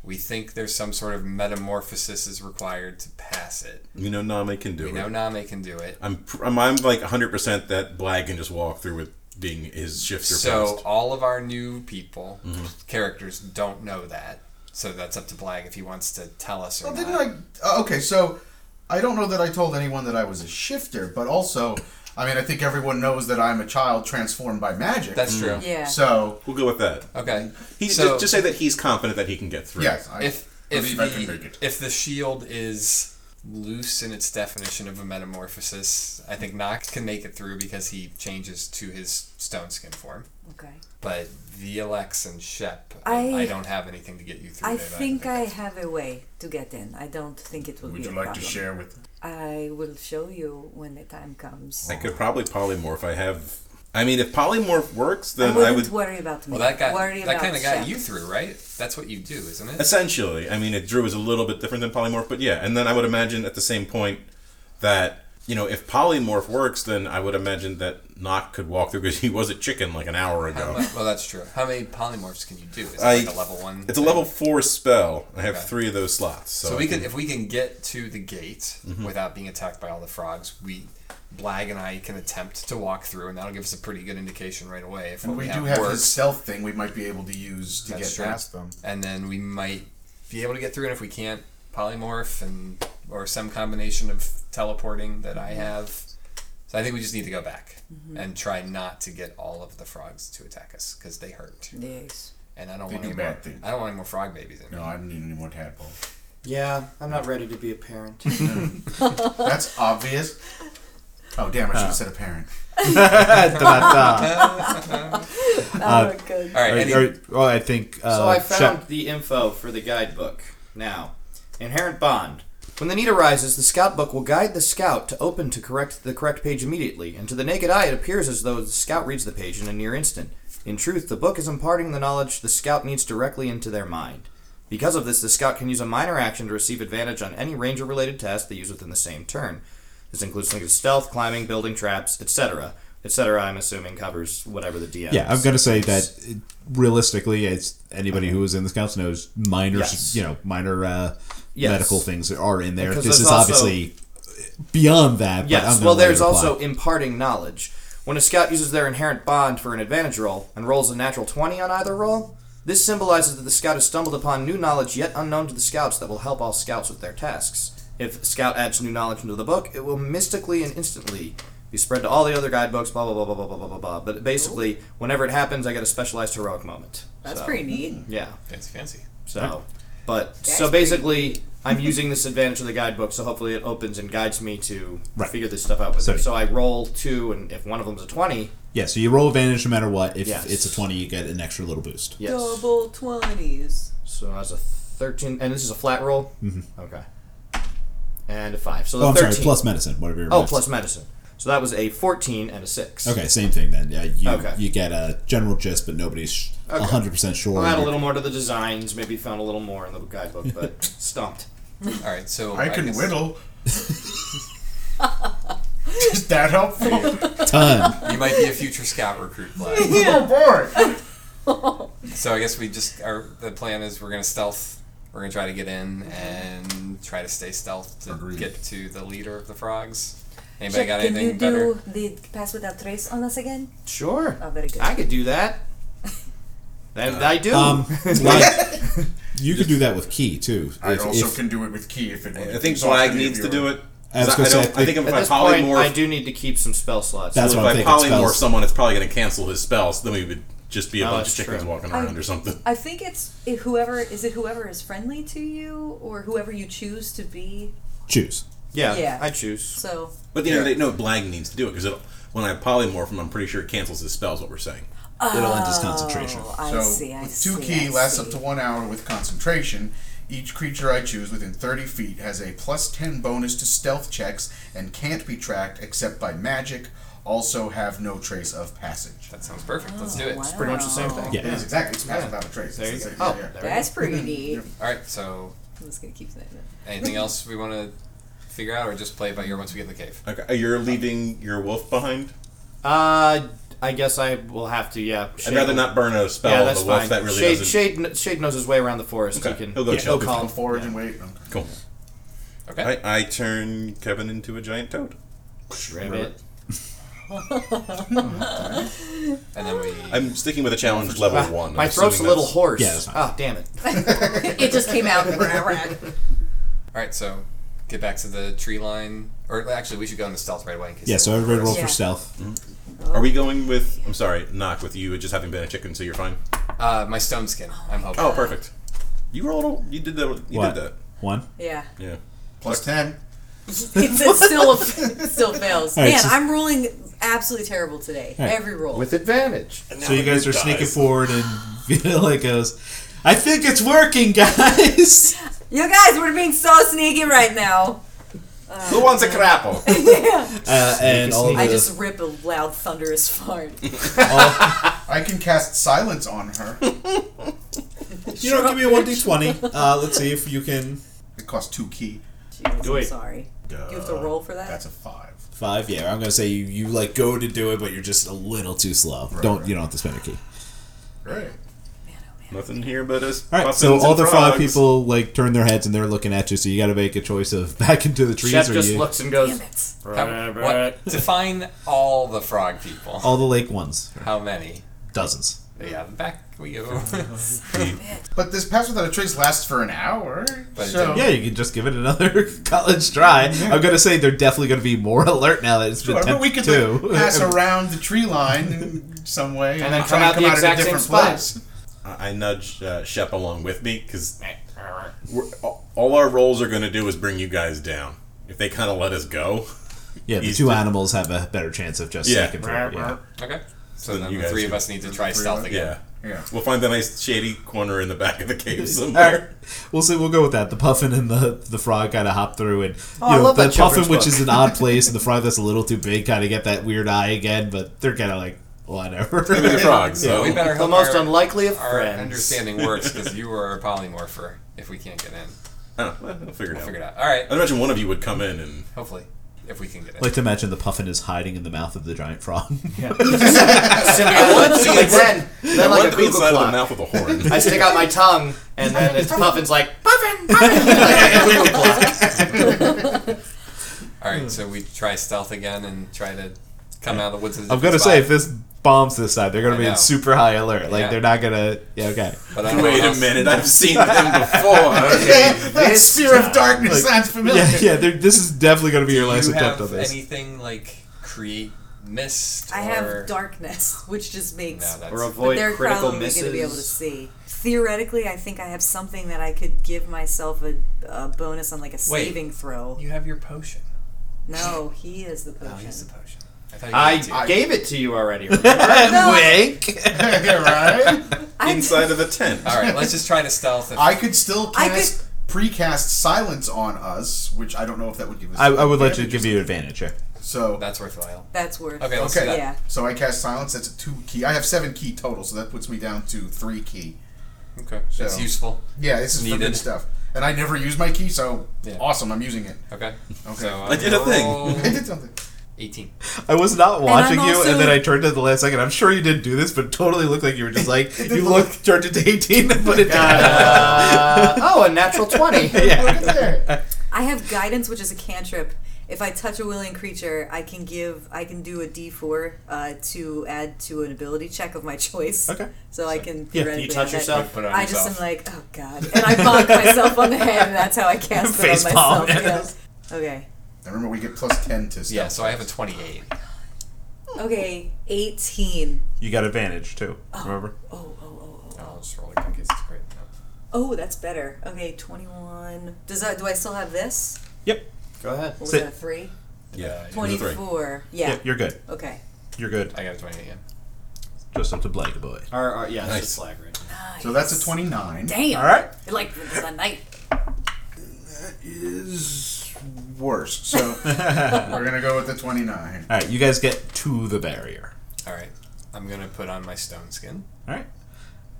B: We think there's some sort of metamorphosis is required to pass it.
F: You know, Name can do
B: We
F: it.
B: know Name can do it.
F: I'm, pr- I'm I'm like 100 percent that Blag can just walk through with being his shifter.
B: So
F: first.
B: all of our new people
G: Mm-hmm.
B: characters don't know that. So that's up to Blag if he wants to tell us or
G: Well,
B: not.
G: didn't I? Uh, okay, so I don't know that I told anyone that I was a shifter, but also, I mean, I think everyone knows that I'm a child transformed by magic.
B: That's true.
C: Mm. Yeah.
G: so.
F: we'll go with that.
B: Okay.
F: He's
B: So-
F: just, just say that he's confident that he can get through.
G: Yes, I
B: if if
G: believe I can make
B: the,
G: it.
B: if the shield is loose in its definition of a metamorphosis, I think Nox can make it through because he changes to his stone skin form.
C: Okay.
B: But VLX and Shep,
C: I-
B: I, I don't have anything to get you through.
C: I
B: there, but
C: think I
B: that's-
C: have a way to get in. I don't think it will be a problem.
G: with?
C: I will show you when the time comes.
F: I could probably polymorph. I have. I mean, if polymorph works,
C: I
F: then
C: wouldn't
F: I would
C: worry about me.
B: Well, that got
C: worry
B: that
C: about
B: kind of got
C: Shep.
B: you through, right? That's what you do, isn't it?
F: Essentially, I mean, it Drew is a little bit different than polymorph, but yeah. And then I would imagine at the same point that you know if polymorph works, then I would imagine that Nock could walk through because he was a chicken like an hour
B: How
F: ago.
B: mu- well, that's true. How many polymorphs can you do? Is it
F: I-
B: like a level one?
F: It's a
B: thing?
F: level four spell. I have
B: Okay.
F: three of those slots, so,
G: Mm-hmm.
B: So we can, if we can get to the gate without being attacked by all the frogs, we Blag and I can attempt to walk through, and that'll give us a pretty good indication right away if
G: And
B: what
G: we do have
B: works.
G: his stealth thing we might be able to use to
B: That's
G: get
B: true.
G: past them.
B: and then we might be able to get through. And if we can't, polymorph and or some combination of teleporting that
G: Mm-hmm.
B: I have. So I think we just need to go back and try not to get all of the frogs to attack us because they hurt,
C: Yes.
B: and I don't
G: They
B: want
G: do
B: any more.
G: bad things.
B: I don't want any more frog babies in me.
G: No, I don't need any more tadpole.
A: Yeah, I'm not ready to be a parent.
G: That's obvious. Oh damn! I
B: Uh.
G: should have said a parent.
C: Oh, good.
B: All right,
H: Or-
B: any,
H: or- well, I think. Uh,
A: So I found
H: Sha-
A: the info for the guidebook. Now, inherent bond. When the need arises, the scout book will guide the scout to open to correct the correct page immediately, and to the naked eye it appears as though the scout reads the page in a near instant. In truth, the book is imparting the knowledge the scout needs directly into their mind. Because of this, the scout can use a minor action to receive advantage on any ranger-related task they use within the same turn. This includes things like stealth, climbing, building traps, etc. etc. I'm assuming covers whatever the DM.
H: yeah, I'm
A: is.
H: gonna say that uh, realistically, it's anybody who was in the scouts knows minor,
A: Yes.
H: you know, minor uh,
A: Yes.
H: medical things are in there.
A: Because
H: this
A: there's
H: is
A: also-
H: obviously beyond that. but I'm
A: Yes.
H: gonna
A: Well,
H: let it
A: there's
H: apply.
A: also imparting knowledge. When a scout uses their inherent bond for an advantage roll and rolls a natural 20 on either roll, this symbolizes that the scout has stumbled upon new knowledge yet unknown to the scouts that will help all scouts with their tasks. If a scout adds new knowledge into the book, it will mystically and instantly be spread to all the other guidebooks, blah, blah, blah, blah, blah, blah, blah, blah, blah. But basically, whenever it happens, I get a specialized heroic moment.
C: That's
A: So,
C: pretty neat.
A: Yeah.
B: fancy, fancy.
A: So, but so
C: That's
A: basically, I'm using this advantage of the guidebook. So hopefully, it opens and guides me to
H: Right.
A: figure this stuff out. With
H: So-
A: so, so I roll two, and if one of them's a twenty,
H: yeah. So you roll advantage no matter what. If
A: Yes.
H: it's a twenty, you get an extra little boost.
A: yes.
C: Double twenties.
A: So that's a thirteen, and this is a flat roll. Mm-hmm. Okay. And a five. So the
H: Oh, I'm
A: thirteen.
H: sorry. Plus medicine, whatever. Your
A: oh,
H: medicine-
A: plus medicine. So that was a fourteen and a six.
H: Okay, same thing then. Yeah, you
A: Okay.
H: you get a general gist, but nobody's
A: Okay.
H: hundred percent sure.
A: I'll add a little more to the designs. Maybe found a little more in the guidebook, but stumped.
B: All right, so
G: I can
B: guess-
G: whittle. Is that helpful?
H: ton.
B: You might be a future scout recruit, Vlad.
G: Oh boy!
B: So I guess we just our the plan is we're gonna stealth. We're gonna try to get in and try to stay stealth to
G: Agreed.
B: get to the leader of the frogs. Anybody
C: Jack,
B: got
C: can you
B: anything
C: do
B: better?
C: the pass without trace on us again?
A: Sure.
C: Oh, very good.
A: I could do that. And I do.
H: Um, like, you could do that with key too.
G: I
H: If-
G: also
H: if-
G: can do it with key if it.
F: I think
G: it's all
F: Flag
G: three of
F: needs
G: you
F: to do
G: are-
F: it.
H: I was
F: 'Cause I,
H: gonna
F: don't-
H: say,
F: I think if
A: At
F: I
A: this point, I
F: polymorph,
A: do need to keep some spell slots.
H: That's
F: if
H: what I'm
F: I
H: thinking.
F: polymorph
H: Spells.
F: someone, it's probably going to cancel his spells. Then we would just be a
A: Oh,
F: bunch of
A: that's
F: chickens
A: true.
F: walking around
C: I-
F: or something.
C: I think it's if whoever is it whoever is friendly to you or whoever you choose to be.
H: Choose.
A: Yeah,
C: Yeah.
A: I choose.
C: So
F: But you know, they, no, Blag needs to do it because when I polymorph him, I'm pretty sure it cancels his spells. What we're saying.
H: It'll end his concentration.
C: Oh, I
G: So
C: see. I
G: with
C: see.
G: two key
C: I
G: lasts
C: see.
G: up to one hour with concentration. Each creature I choose within 30 feet has a plus 10 bonus to stealth checks and can't be tracked except by magic. Also have no trace of passage.
B: That sounds perfect. Let's do it.
C: Oh, Wow.
A: Pretty much the same thing.
H: Yeah.
G: It is exactly it's pass
A: Yeah.
G: without a trace.
A: There
G: It's
A: you
G: the
A: go.
G: same-
A: Oh,
G: yeah, yeah.
A: there
C: That's pretty neat.
B: All right. So
C: I'm just gonna keep saying that.
B: anything else we want to figure out, or just play it by ear once we get in the cave?
F: Okay, oh, you're leaving your wolf behind.
A: Uh, I guess I will have to. Yeah.
F: I'd
A: Shade
F: rather
A: will-
F: not burn a spell
A: Yeah,
F: of
A: that's
F: the wolf
A: fine.
F: that really
A: Shade,
F: doesn't.
A: Shade, kn- Shade knows his way around the forest.
F: Okay,
A: He can.
F: he'll go chill.
A: calm.
G: Go forward and wait. Okay.
F: Cool.
B: Okay.
F: I, I turn Kevin into a giant toad.
A: Ribbit.
B: And then we.
F: I'm sticking with a challenge level one. I'm
A: My throat's a
F: assuming
A: little
F: that's-
A: hoarse.
H: Yeah, that's fine.
A: oh, damn it.
C: It just came out.
B: All right. So get back to the tree line, or actually, we should go into stealth right away in case.
H: Yeah.
B: they
H: So
B: look
H: everybody
B: for
H: roll
B: us.
C: Yeah.
H: for stealth.
F: Are we going with? I'm sorry, knock with you just having been a chicken, so you're fine.
B: Uh, my stone skin. I'm hoping.
F: Oh, perfect. You rolled. A, you did that. You
H: What?
F: did that.
H: One.
C: yeah,
F: Yeah.
G: Plus 10.
C: it's, it still it still fails.
H: All right,
C: Man,
H: so-
C: I'm rolling absolutely terrible today.
H: right.
C: Every roll.
A: With advantage.
H: So you guys are sneaking forward, and Viola goes, "I think it's working, guys."
C: you guys, we're being so sneaky right now.
F: Who wants a crapple?
H: Uh, and all the
C: I just rip a loud thunderous fart.
G: I can cast silence on her.
H: you know, give me a one d twenty. Uh, let's see if you can
G: It costs two key.
C: Jeez,
A: Do
C: I'm
A: it.
C: sorry. Do you have to roll for that?
G: That's a five.
H: five. Yeah, I'm gonna say you, you like go to do it, but you're just a little too slow. don't you don't have to spend a key.
G: Great.
C: man, oh man.
F: Nothing here but us.
H: All right, so all the frog people like turn their heads and they're looking at you. So you got to make a choice of back into the trees
E: Chef
H: or
E: just
H: you
E: looks and
C: Damn
E: goes,
C: it.
B: How, what, define all the frog people.
H: all the lake ones,
B: How many?
H: dozens.
B: Yeah, back we go.
G: But this pass without a trace lasts for an hour.
B: But it
G: so
B: didn't.
H: Yeah, you can just give it another college try. I'm gonna say they're definitely gonna be more alert now that it's been
G: Sure, but we
H: tempted
G: could
H: to.
G: like, pass around the tree line in some way, and,
E: then
G: try
E: come
G: and
E: out the
G: at a
E: exact same
G: different
E: spot.
G: place.
F: I I nudge uh, Shep along with me because all our roles are going to do is bring you guys down. If they kind of let us go,
H: yeah, the
F: He's
H: two
F: the-
H: animals have a better chance of just
F: Yeah.
H: sneaking through. Yeah.
B: Okay. So
F: Then
B: then
F: you
B: the
F: guys
B: three of
F: can-
B: us need to try stealth again.
F: yeah.
G: Yeah.
F: We'll find the nice shady corner in the back of the cave
H: All right,
F: somewhere.
H: we'll say we'll go with that. The puffin and the the frog kind of hop through, and you
E: I
H: know,
E: love
H: the
E: that
H: puffin,
E: children's
H: which
E: book.
H: is an odd place, and the frog that's a little too big, kind of get that weird eye again. But they're kind of like whatever.
F: Maybe the frog. So
B: We better
E: the
B: help
E: most
B: our,
E: unlikely of
B: our
E: friends.
B: understanding works because you are a polymorpher. If we can't get in,
F: I don't know, well, we'll figure it out.
B: figure it out. All right.
F: I'd imagine one of you would come in and
B: Hopefully, if we can get in.
H: I like to imagine the puffin is hiding in the mouth of the giant frog.
E: I want to see it then. Then
F: one
E: like a
F: could
E: Google
F: inside of the
E: clock.
F: mouth with a horn.
E: I stick out my tongue, and then it's Puffin's like, Puffin, Puffin! like a Google clock.
B: All right. So we try stealth again and try to come out of the woods. at a
H: I'm gonna
B: different
H: say if
B: spot.
H: this bombs this time, they're gonna
B: I
H: be
B: know.
H: in super high alert. Like
B: Yeah.
H: they're not gonna. Yeah, okay.
B: But I don't
F: Wait
B: know
F: a
B: what
F: minute, I've seen them before. Okay.
G: that sphere of darkness sounds familiar.
H: Yeah, yeah. they're- This is definitely gonna be your
B: else.
H: last
B: Do you
H: attempt on
B: have
H: this.
B: anything like create mist?
C: I
B: or-
C: have darkness, which just
B: No,
C: makes
B: that's
E: Or
C: but
E: avoid
C: they're
E: critical
C: probably going to be able to
E: misses.
C: see. Theoretically, I think I have something that I could give myself a, a bonus on, like a saving throw.
B: you have your potion.
C: No, he is the potion.
B: potion. I thought you had to.
E: I gave it to you already. remember?
H: Wink.
G: right?
C: I,
F: Inside of the tent.
B: All right. Let's just try to stealth. If,
G: I could still
C: I
G: cast precast silence on us, which I don't know if that would give us.
H: I, I would let you give you advantage. Yeah.
G: So
B: that's worthwhile.
C: that's worth.
B: Okay, let's
G: Okay.
B: do that.
C: Yeah.
G: so I cast silence. That's a two key. I have seven key total, so that puts me down to three key.
B: Okay,
G: So-
B: that's useful.
G: Yeah, this is for
B: Needed.
G: good stuff. And I never use my key, so
B: Yeah.
G: awesome. I'm using it.
B: Okay.
G: Okay.
B: So
F: I did a thing.
B: roll
G: I did something.
B: 18.
H: I was not
C: I'm
H: watching you,
C: also-
H: and then I turned at the last second. I'm sure you didn't do this, but it totally looked like you were just like you looked, turned it to 18, and put it down.
E: Uh, oh, a natural 20.
H: yeah.
C: I have guidance, which is a cantrip. If I touch a willing creature, I can give, I can do a D4 uh, to add to an ability check of my choice.
H: Okay.
C: So, I can.
H: Yeah,
E: You
C: theoretically
E: touch
C: have that.
E: yourself.
B: Put it on
C: I
B: yourself.
C: just am like, oh god, and I bonk myself on the head, and that's how I cast it on
H: Face palm,
C: myself.
H: yes.
C: yeah. Okay.
G: Now remember, we get plus ten to stuff.
B: yeah, so I have a Oh, 28.
C: Okay. Eighteen.
H: You got advantage too. Remember?
C: Oh, oh, oh, oh.
B: I'll just roll again in case it's great. No.
C: Oh, that's better. Okay, twenty-one. Does that? Do I still have this?
H: Yep.
E: Go ahead.
C: What was
H: Sit.
C: that? a Three.
F: Yeah. you three.
C: Twenty-four. Yeah.
H: Yep. You're good.
C: Okay.
H: You're good.
B: I got a 28 again.
H: Just up to Blade Boy.
E: Or, or, yeah,
F: Nice.
E: it's just lag right
G: So that's a twenty-nine.
C: Damn.
H: All right.
C: It like it's a night.
G: Is worse. So we're gonna go with the twenty-nine.
H: All right. You guys get to the barrier.
B: All right. I'm going to put on my stone skin
H: All right.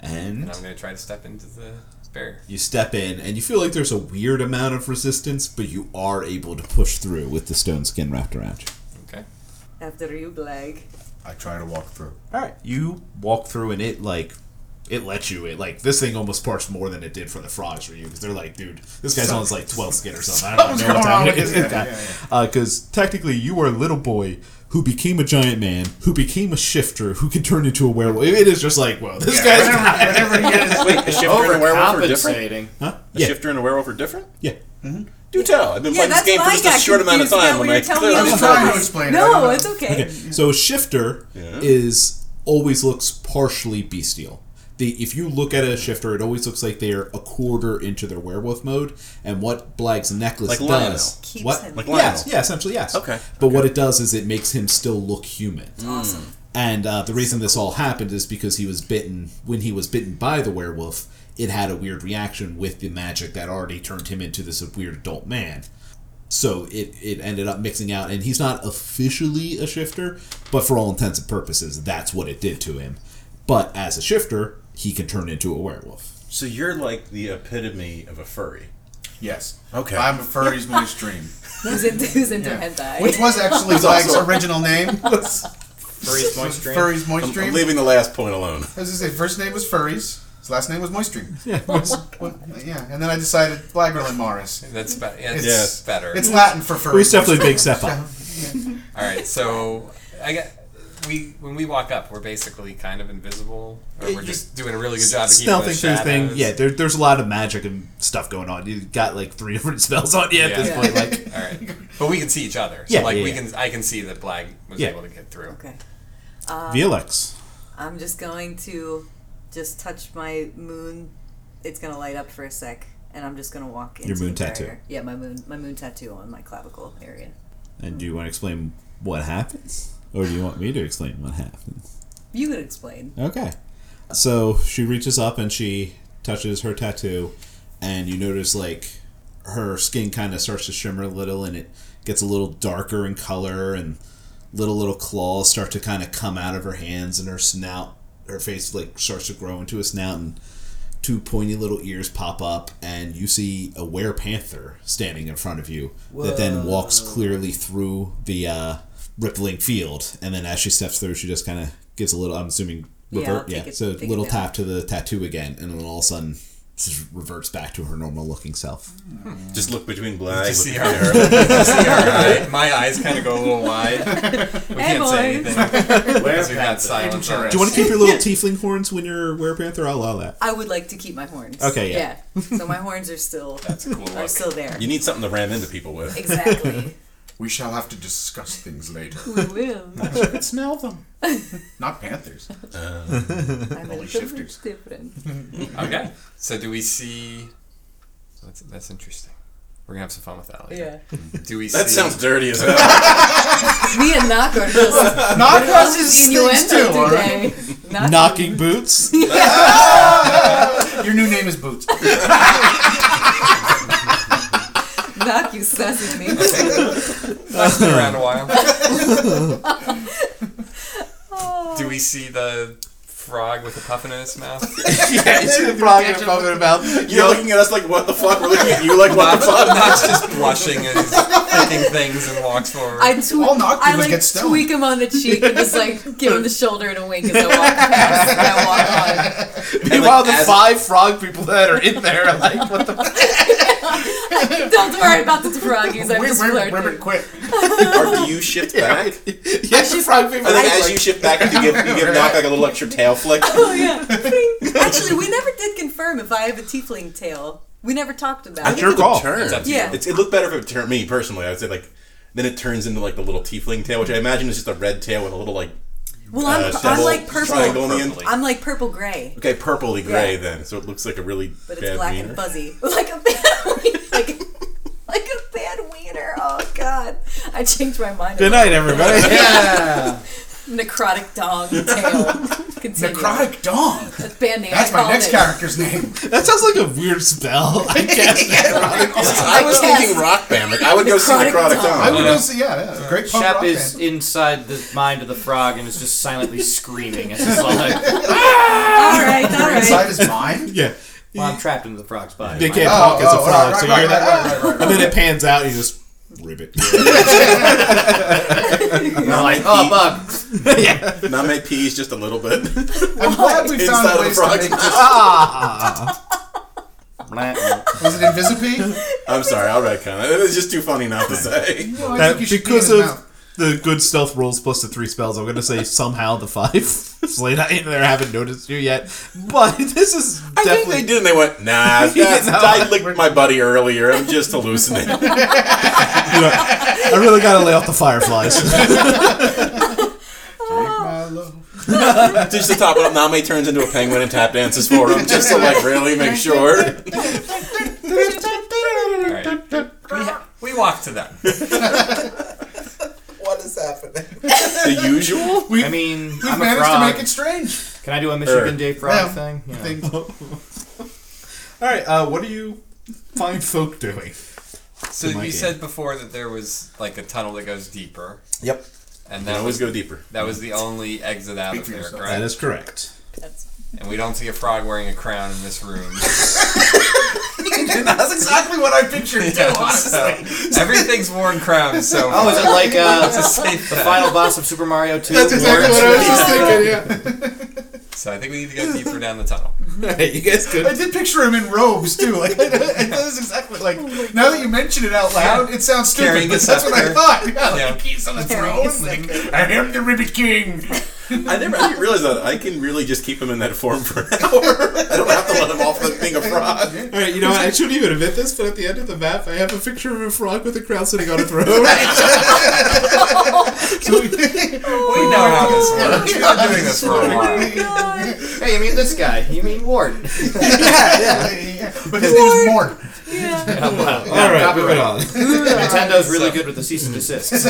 B: and
H: And
B: I'm going to try to step into the barrier.
H: you step in, and you feel like there's a weird amount of resistance, but you are able to push through with the stone skin wrapped around you.
B: Okay.
C: After you blag.
G: I try to walk through.
H: All right, you walk through and it like it lets you. It like this thing almost parts more than it did for the frogs for you because they're like, dude, this guy's on his like twelve skin or something. I don't
G: Something's
H: know what's
G: going on
H: happening.
G: with
H: Because
G: this guy. Yeah,
H: Uh, technically, you were a little boy who became a giant man who became a shifter who could turn into a werewolf. It is just like, whoa, this guy's
G: Whatever, whatever he is.
F: Wait, a shifter and a werewolf are different?
E: Overcompensating.
H: Huh?
F: A
H: Yeah,
F: shifter and a werewolf are different?
H: yeah.
F: Do tell. I've been
C: Yeah,
F: playing this
C: that's
F: game
C: why
F: for
C: I
F: just a
C: got
F: short amount of
C: confused now
F: time.
C: when
F: I'm
C: you're
F: like,
C: telling me
F: clearly
C: all
G: I'm
C: the
F: it's not-
G: trying to explain. it. I don't
C: No,
G: know.
C: it's okay.
H: Okay, so a shifter
F: Yeah.
H: is always looks partially bestial. They, if you look at a shifter, it always looks like they are a quarter into their werewolf mode. And what Blag's necklace
F: Like Lionel.
H: does,
C: Keeps
H: what,
C: him.
F: Like
H: yes,
F: Lionel.
H: yeah, essentially yes.
F: Okay. Mm.
H: But what it does is it makes him still look human. Awesome. And uh, the reason this all happened is because he was bitten. When he was bitten by the werewolf, it had a weird reaction with the magic that already turned him into this weird adult man. So it, it ended up mixing out, and he's not officially a shifter, but for all intents and purposes, that's what it did to him. But as a shifter, he can turn into a werewolf.
F: So you're like the epitome of a furry.
G: Yes.
F: Okay.
G: I'm a furry's moist dream.
C: Who's into, who's into
G: Yeah.
C: hentai?
G: Which was actually Flag's original name.
E: Furry's moist dream.
G: Furry's moist
F: I'm,
G: dream.
F: I'm leaving the last point alone.
G: As I say, first name was Furries. His last name was Moistream.
H: Yeah,
G: Well, yeah, and then I decided Blagrel and Morris.
B: That's be- it's
F: Yes.
B: better.
G: It's Latin for furry.
H: it was definitely a big step up.
B: All right, so I get we when we walk up, we're basically kind of invisible, or we're just doing a really good job of keeping
H: Stealthing
B: the
H: through thing.
B: shadows.
H: Yeah, there, there's a lot of magic and stuff going on. You got like three different spells on you at this
B: Yeah.
H: point. Like,
B: All right, but we can see each other. So
H: Yeah,
B: like
H: yeah,
B: we
H: yeah.
B: can, I can see that Blag was
H: Yeah.
B: able to get through.
C: Okay.
H: Velix.
C: I'm just going to just touch my moon. It's gonna light up for a sec, and I'm just gonna walk into
H: Your moon
C: the
H: tattoo.
C: barrier. Yeah, my moon, my moon tattoo on my clavicle area.
H: And do you want to explain what happens? Or do you want me to explain what happens?
C: You could explain.
H: Okay. So she reaches up and she touches her tattoo, and you notice like her skin kind of starts to shimmer a little and it gets a little darker in color, and little, little claws start to kind of come out of her hands, and her snout, her face like starts to grow into a snout, and two pointy little ears pop up, and you see a were panther standing in front of you that then walks clearly through the uh, rippling field. And then as she steps through, she just kind of gives a little, I'm assuming,
C: Yeah, I'll
H: revert.
C: take
H: Yeah,
C: it-
H: so
C: take it
H: little
C: down.
H: tap to the tattoo again, and then all of a sudden just reverts back to her normal looking self.
F: Just look between Blag.
B: Just
F: look
B: see
F: at
B: her.
F: Darren.
B: See our eye- my eyes kind of go a little wide. We can't say anything
C: boys.
B: because we've got
G: Do
B: silence.
G: you
B: on
G: wanna
B: us.
H: Do you want to keep your little tiefling horns when you're a werepanther? I'll allow that.
C: I would like to keep my horns.
H: Okay, yeah.
C: So my horns are still
B: That's a cool.
C: are
B: Look.
C: still there.
F: You need something to ram into people with.
C: Exactly.
G: We shall have to discuss things later.
C: we will.
H: Smell them.
G: Not panthers.
C: I'm a little
G: shifters.
C: bit different.
B: Okay. So do we see? That's that's interesting. We're gonna have some fun with that later.
C: Yeah.
B: Do we?
F: That
B: see,
F: sounds dirty as hell.
C: Me and Knock are just
G: Not crosses things too.
C: innuendo
G: All right?
C: today. Knock-
H: Knocking boots.
G: Your new name is Boots.
C: Knock, you sassy me.
B: That's been around a while. Do we see the frog with a puffin in its mouth?
F: yeah, you see the frog you're talking about. You're looking at us like, what the fuck? We're looking at you like, what the fuck?
B: Knox just blushing and he's thinking things and walks forward.
C: I, tw-
G: All Knock
C: I
G: do is
C: like
G: get stoned.
C: tweak him on the cheek and just like give him the shoulder and a wink as I walk past. and I walk on.
H: Meanwhile, the
F: as-
H: five frog people that are in there are like, what the
C: Don't worry about the froggies. I'm
G: Wait,
C: just
G: wait,
C: flirting.
G: wait, quick.
F: Or do you shift back?
H: yeah, the frog people
F: And then
H: are
F: as
H: like-
F: you shift back, you give you give Knock like a little extra tail flick.
C: Oh yeah. Actually, we never did confirm if I have a tiefling tail. We never talked about
H: your
C: it.
F: It would
H: call.
F: Turn.
B: up to
C: Yeah. you.
F: It's, it looked better if it turned me personally. I would say like then it turns into like the little tiefling tail, which I imagine is just a red tail with a little like
C: Well,
F: uh,
C: I'm, I'm
F: double
C: like
F: triangle
C: purple.
F: on the end.
C: I'm like purple gray,
F: Okay, purpley gray
C: Yeah.
F: then, so it looks like a really
C: but it's
F: bad
C: black
F: wiener.
C: and fuzzy, like a bad wiener. Like, like a bad wiener. Oh God, I changed my mind.
H: Good night, everybody.
G: Yeah.
C: Necrotic dog tail. Continue.
G: Necrotic Dong.
C: That's band name.
G: That's
C: I
G: my
C: called
G: next
C: it.
G: character's name.
H: That sounds like a weird spell. I guess.
F: I was
C: Yes.
F: thinking rock band. Like I would go see
C: Necrotic
F: Necrotic
C: Dawn.
G: I would
F: Dawn.
G: go see, yeah, yeah. Great punk
E: Shep
G: rock
E: is
G: band.
E: inside the mind of the frog and is just silently screaming. It's just like,
C: All right, all right.
G: Inside his mind?
H: yeah.
E: well, I'm trapped into the frog's body.
H: They can't
G: Oh,
H: talk as a
G: oh,
H: frog,
G: right,
H: so you
G: right,
H: hear that.
G: right, right, right, right,
H: And then it pans out, and you just ribbit.
E: I'm like, oh, bug.
F: Not my peas just a little bit.
G: I'm glad
F: Inside
G: we
F: of
G: found
F: the
G: ways to
F: frog's
G: make this. Was it Invisipede?
F: I'm sorry, I'll retcon it. It was just too funny not to say.
G: No, I
H: That,
G: think you should
H: because
G: pee in his
H: of
G: mouth.
H: the good stealth rolls plus the three spells, I'm going to say somehow the five Slade ain't there haven't noticed you yet. But this is
F: I think
H: definitely.
F: they did, and they went, "Nah, that's,
H: No.
F: I licked my buddy earlier. I'm just hallucinating."
H: you know, I really got to lay off the fireflies.
G: My love.
F: just to top it up, Name turns into a penguin and tap dances for him, just to like really make sure.
B: All right. We, ha- we walk to them.
L: What is happening?
F: The usual.
E: I mean,
G: We've
E: I'm a
G: managed to
E: frog.
G: make it strange.
E: Can I do a Michigan
F: Er.
E: Day frog
G: Yeah.
E: thing? Yeah.
G: Thing.
H: All right, uh, what are you fine folk doing?
B: So
H: my
B: you
H: game.
B: said before that there was like a tunnel that goes deeper,
H: Yep.
B: and
F: And
B: that was
F: always go deeper.
B: that was the only exit out
G: Speak
B: of
G: for
B: there,
G: yourself.
H: That
B: correct?
H: is correct.
B: And we don't see a frog wearing a crown in this room.
G: That's exactly what I pictured too, honestly.
B: So everything's worn crowns, so
E: Oh, is it like
B: it's a
E: uh,
B: safe
E: the
B: bet.
E: final boss of Super Mario 2?
G: That's exactly what I was just thinking, yeah.
B: So I think we need to go deeper down the tunnel.
D: you guys
G: I
D: good?
G: did picture him in robes too. Like I, I, that is exactly
C: Oh
G: like. now that you mention it out loud, it sounds stupid.
B: Carrying
G: But
B: a
G: that's what I
B: scepter.
G: thought. Yeah, like,
B: Yeah.
G: he's on the
C: Carrying a
G: throne. Like, I am the Ribbit King.
F: I never I didn't realize that I can really just keep him in that form for an hour. I don't have to let him off the thing of frog.
H: All right, you know what? I shouldn't even admit this, but at the end of the map, I have a picture of a frog with a crown sitting on a throne. So we-
B: We know how this
G: Oh,
B: works. We've been doing this for a while.
C: God.
E: Hey, you mean this guy? You mean Ward?
G: But his name is Mort.
C: Yeah.
H: All right, moving on.
E: Nintendo's really good with the cease and desists.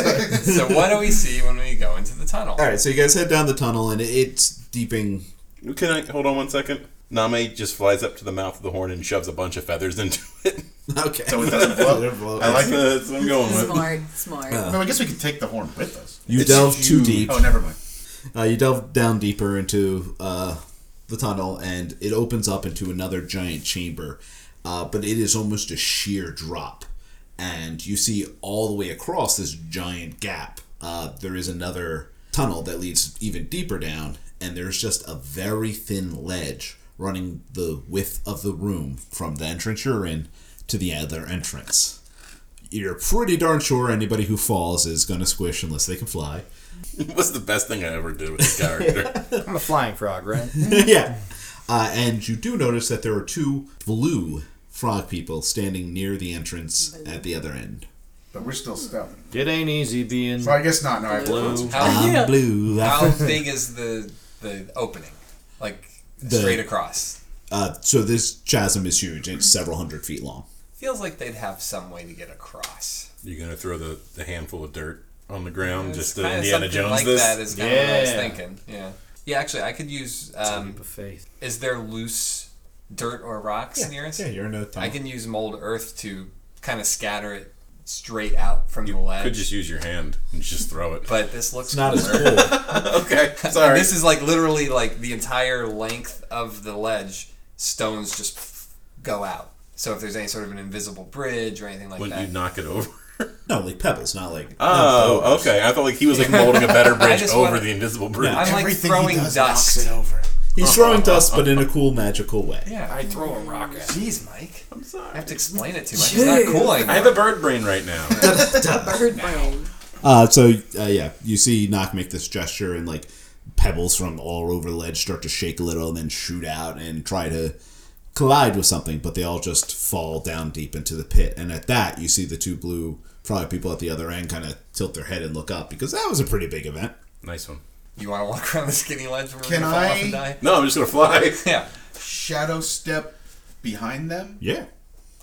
B: So what do we see when we go into the tunnel?
H: All right, so you guys head down the tunnel, and it's deeping.
F: Can I hold on one second? Name just flies up to the mouth of the horn and shoves a bunch of feathers into Oh, it.
H: Okay.
F: I like that. That's what I'm going with.
C: Smart, smart.
G: No, I guess we could take the horn with us.
H: You
F: It's
H: delve too
F: huge.
H: deep.
G: Oh, never mind.
H: Uh, you delve down deeper into uh, the tunnel, and it opens up into another giant chamber. Uh, but it is almost a sheer drop, and you see all the way across this giant gap. Uh, there is another tunnel that leads even deeper down, and there's just a very thin ledge running the width of the room from the entrance you're in to the other entrance. You're pretty darn sure anybody who falls is going to squish unless they can fly.
F: What's the best thing I ever did with this character?
E: I'm a flying frog, right?
H: yeah. Uh, and you do notice that there are two blue frog people standing near the entrance at the other end.
G: But we're still stuck.
E: It ain't easy being
G: So I guess not. No, I
E: blue.
B: How,
H: I'm blue.
B: how big is the the opening? Like
H: The-
B: straight across.
H: Uh, so this chasm is huge. It's several hundred feet long.
B: Feels like they'd have some way to get across.
F: You're gonna throw the, the handful of dirt on the ground
B: It's
F: just to
B: kinda
F: Indiana
B: something
F: Jones
B: like
F: this?
B: that is kind of what I was
E: Yeah.
B: thinking. Yeah. Yeah, actually, I could use. Um,
E: of faith.
B: is there loose dirt or rocks near us?
H: you're in a
B: I can use mold earth to kind of scatter it straight out from the ledge.
F: Could just use your hand and just throw it.
B: but this looks
H: Not as
B: cooler.
H: cool.
F: okay, sorry.
B: This is like literally like the entire length of the ledge. Stones just go out. So if there's any sort of an invisible bridge or anything like
F: when you
B: that,
F: knock it over.
H: no, like pebbles, not like. not
F: Oh,
H: boulders.
F: okay. I felt like he was like molding a better bridge
B: just
F: over
B: wanna-
F: the invisible bridge.
B: I'm like throwing dust.
G: over.
H: He's throwing dust, but in a cool, magical way.
B: Yeah, I throw a rock. at Jeez, Mike,
F: I'm
B: I
F: sorry.
B: have to explain it to him. He's not cool anymore.
F: I have a bird brain right now.
C: Bird brain.
H: Uh, so uh, yeah, you see Knock make this gesture, and like pebbles from all over the ledge start to shake a little, and then shoot out and try to collide with something, but they all just fall down deep into the pit. And at that, you see the two blue frog people at the other end kind of tilt their head and look up because that was a pretty big event.
F: nice one.
B: you want to walk around the skinny ledge where
G: Can
B: we're gonna fall off
G: I-
B: and die?
F: No, I'm just gonna fly.
B: Yeah.
G: Shadow step behind them.
H: Yeah.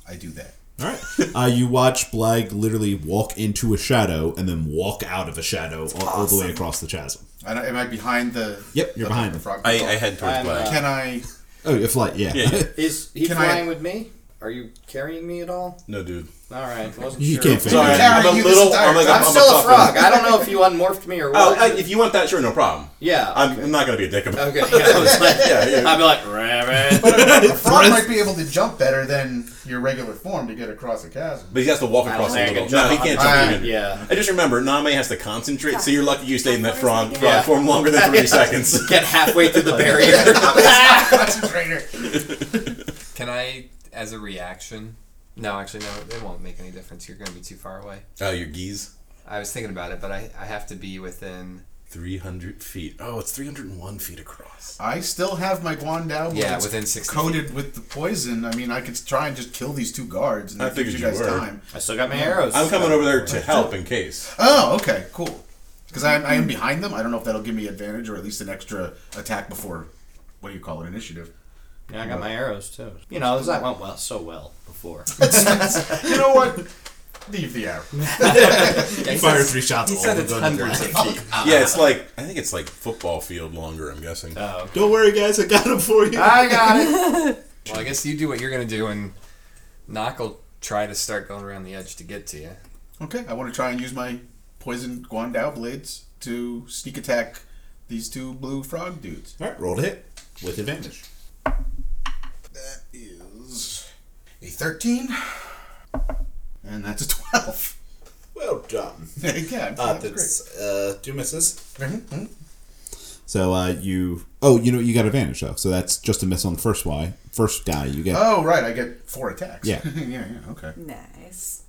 G: I do that.
H: All right. uh, you watch Blag literally walk into a shadow and then walk out of a shadow all, all the way across the chasm.
G: I don't- am I behind the?
H: Yep, you're
G: the-
H: behind
G: the
H: them.
G: frog.
F: I,
G: people?
F: I head towards
E: I'm,
F: black.
E: uh,
G: Can I?
H: Oh, your flight. Yeah.
F: Yeah, yeah.
E: Is he
G: Can I-
E: flying with me? Are you carrying me at all?
F: no, dude.
E: All right, wasn't
H: You
E: sure.
H: can't figure
F: Sorry,
H: it out.
F: I'm a
G: carrying you this
F: little.
G: entire
F: I'm, like,
G: time.
E: I'm
F: I'm
E: still a
F: puppy.
E: frog. I don't know if you unmorphed me or
F: Oh,
E: what.
F: I, if you want that, sure, no problem.
E: yeah.
F: I'm, I'm not gonna be a dick about
E: okay.
F: it.
E: Yeah, I was like,
F: yeah, yeah.
E: I'd be like, rabbit.
G: A frog might be able to jump better than your regular form to get across a chasm.
F: But he has to walk across the
E: think I
F: middle.
E: can
F: No, he
E: jump.
F: can't jump.
G: Alright,
F: even.
E: yeah.
F: I just remember Name has to concentrate, so you're lucky you stayed in that frog, frog
E: Yeah.
F: form longer than thirty seconds.
E: Get halfway through the barrier.
G: Concentrator.
B: Can I, as a reaction? No, actually, no. It won't make any difference. You're going to be too far away.
F: Oh, your geese.
B: I was thinking about it, but I, I have to be within.
F: Three hundred feet. Oh, it's three hundred and one feet across.
G: I still have my Guandao. but
B: Yeah,
G: it's
B: within 60
G: Coated with the poison. I mean, I could try and just kill these two guards, and
F: I
G: that gives
F: figured
G: you
F: you
G: guys
F: were.
G: time.
E: I still got my arrows.
F: I'm coming over there to help in case.
G: Oh, okay, cool. Because I, I am behind them. I don't know if that'll give me advantage or at least an extra attack before what do you call it, initiative.
E: Yeah, I got my arrows too. You know, this went well, so well before.
G: You know what? Leave the arrow.
H: You fire three shots.
B: He
H: all
B: said
H: the
B: it's
H: gun flies.
B: hundreds of feet.
F: Yeah, it's like I think it's like football field longer. I'm guessing.
E: Oh,
H: Don't worry, guys. I got him for you.
E: I got it.
B: Well, I guess you do what you're going to do, and Knock will try to start going around the edge to get to you.
G: Okay, I want to try and use my poison Guandao blades to sneak attack these two blue frog dudes.
H: All right, roll to hit with advantage.
G: That is a 13, and that's a 12.
H: Well done.
G: yeah,
H: Uh,
G: that's Mm-hmm, great.
H: that's uh, two misses.
G: Mhm, mhm.
H: So uh, you. Oh, you know you got advantage though. So that's just a miss on the first Y. First die you get.
G: Oh, right. I get four attacks.
H: Yeah.
G: yeah, yeah. Okay.
C: Nice.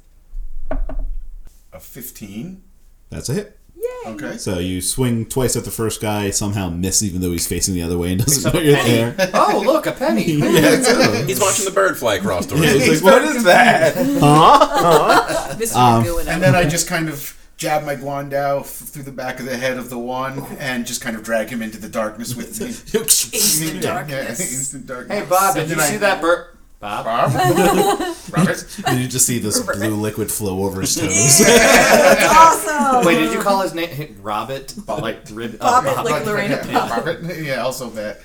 G: A 15.
H: That's a hit.
G: Okay.
H: So you swing twice at the first guy, somehow miss even though he's facing the other way and doesn't know you're there.
E: Oh, look, a penny.
H: yeah, so.
F: He's watching the bird fly across the room.
H: He's like, what is that?
E: Uh,
C: Mr.
E: um,
C: Going
G: And then I just kind of jab my Guandao f- through the back of the head of the one and just kind of drag him into the darkness with me.
C: instant
G: Yeah,
C: darkness.
G: Yeah, instant darkness.
E: hey, Bob,
G: So
E: did you
G: then I-
E: see that bird? Bob?
G: Bob? Robert?
H: and you just see this blue liquid flow over his toes.
C: awesome.
E: Wait, did you call his name Robert? Bob, like rib,
C: Bob
E: oh,
C: it like Lorena
G: yeah, yeah, Robert? Yeah, also that.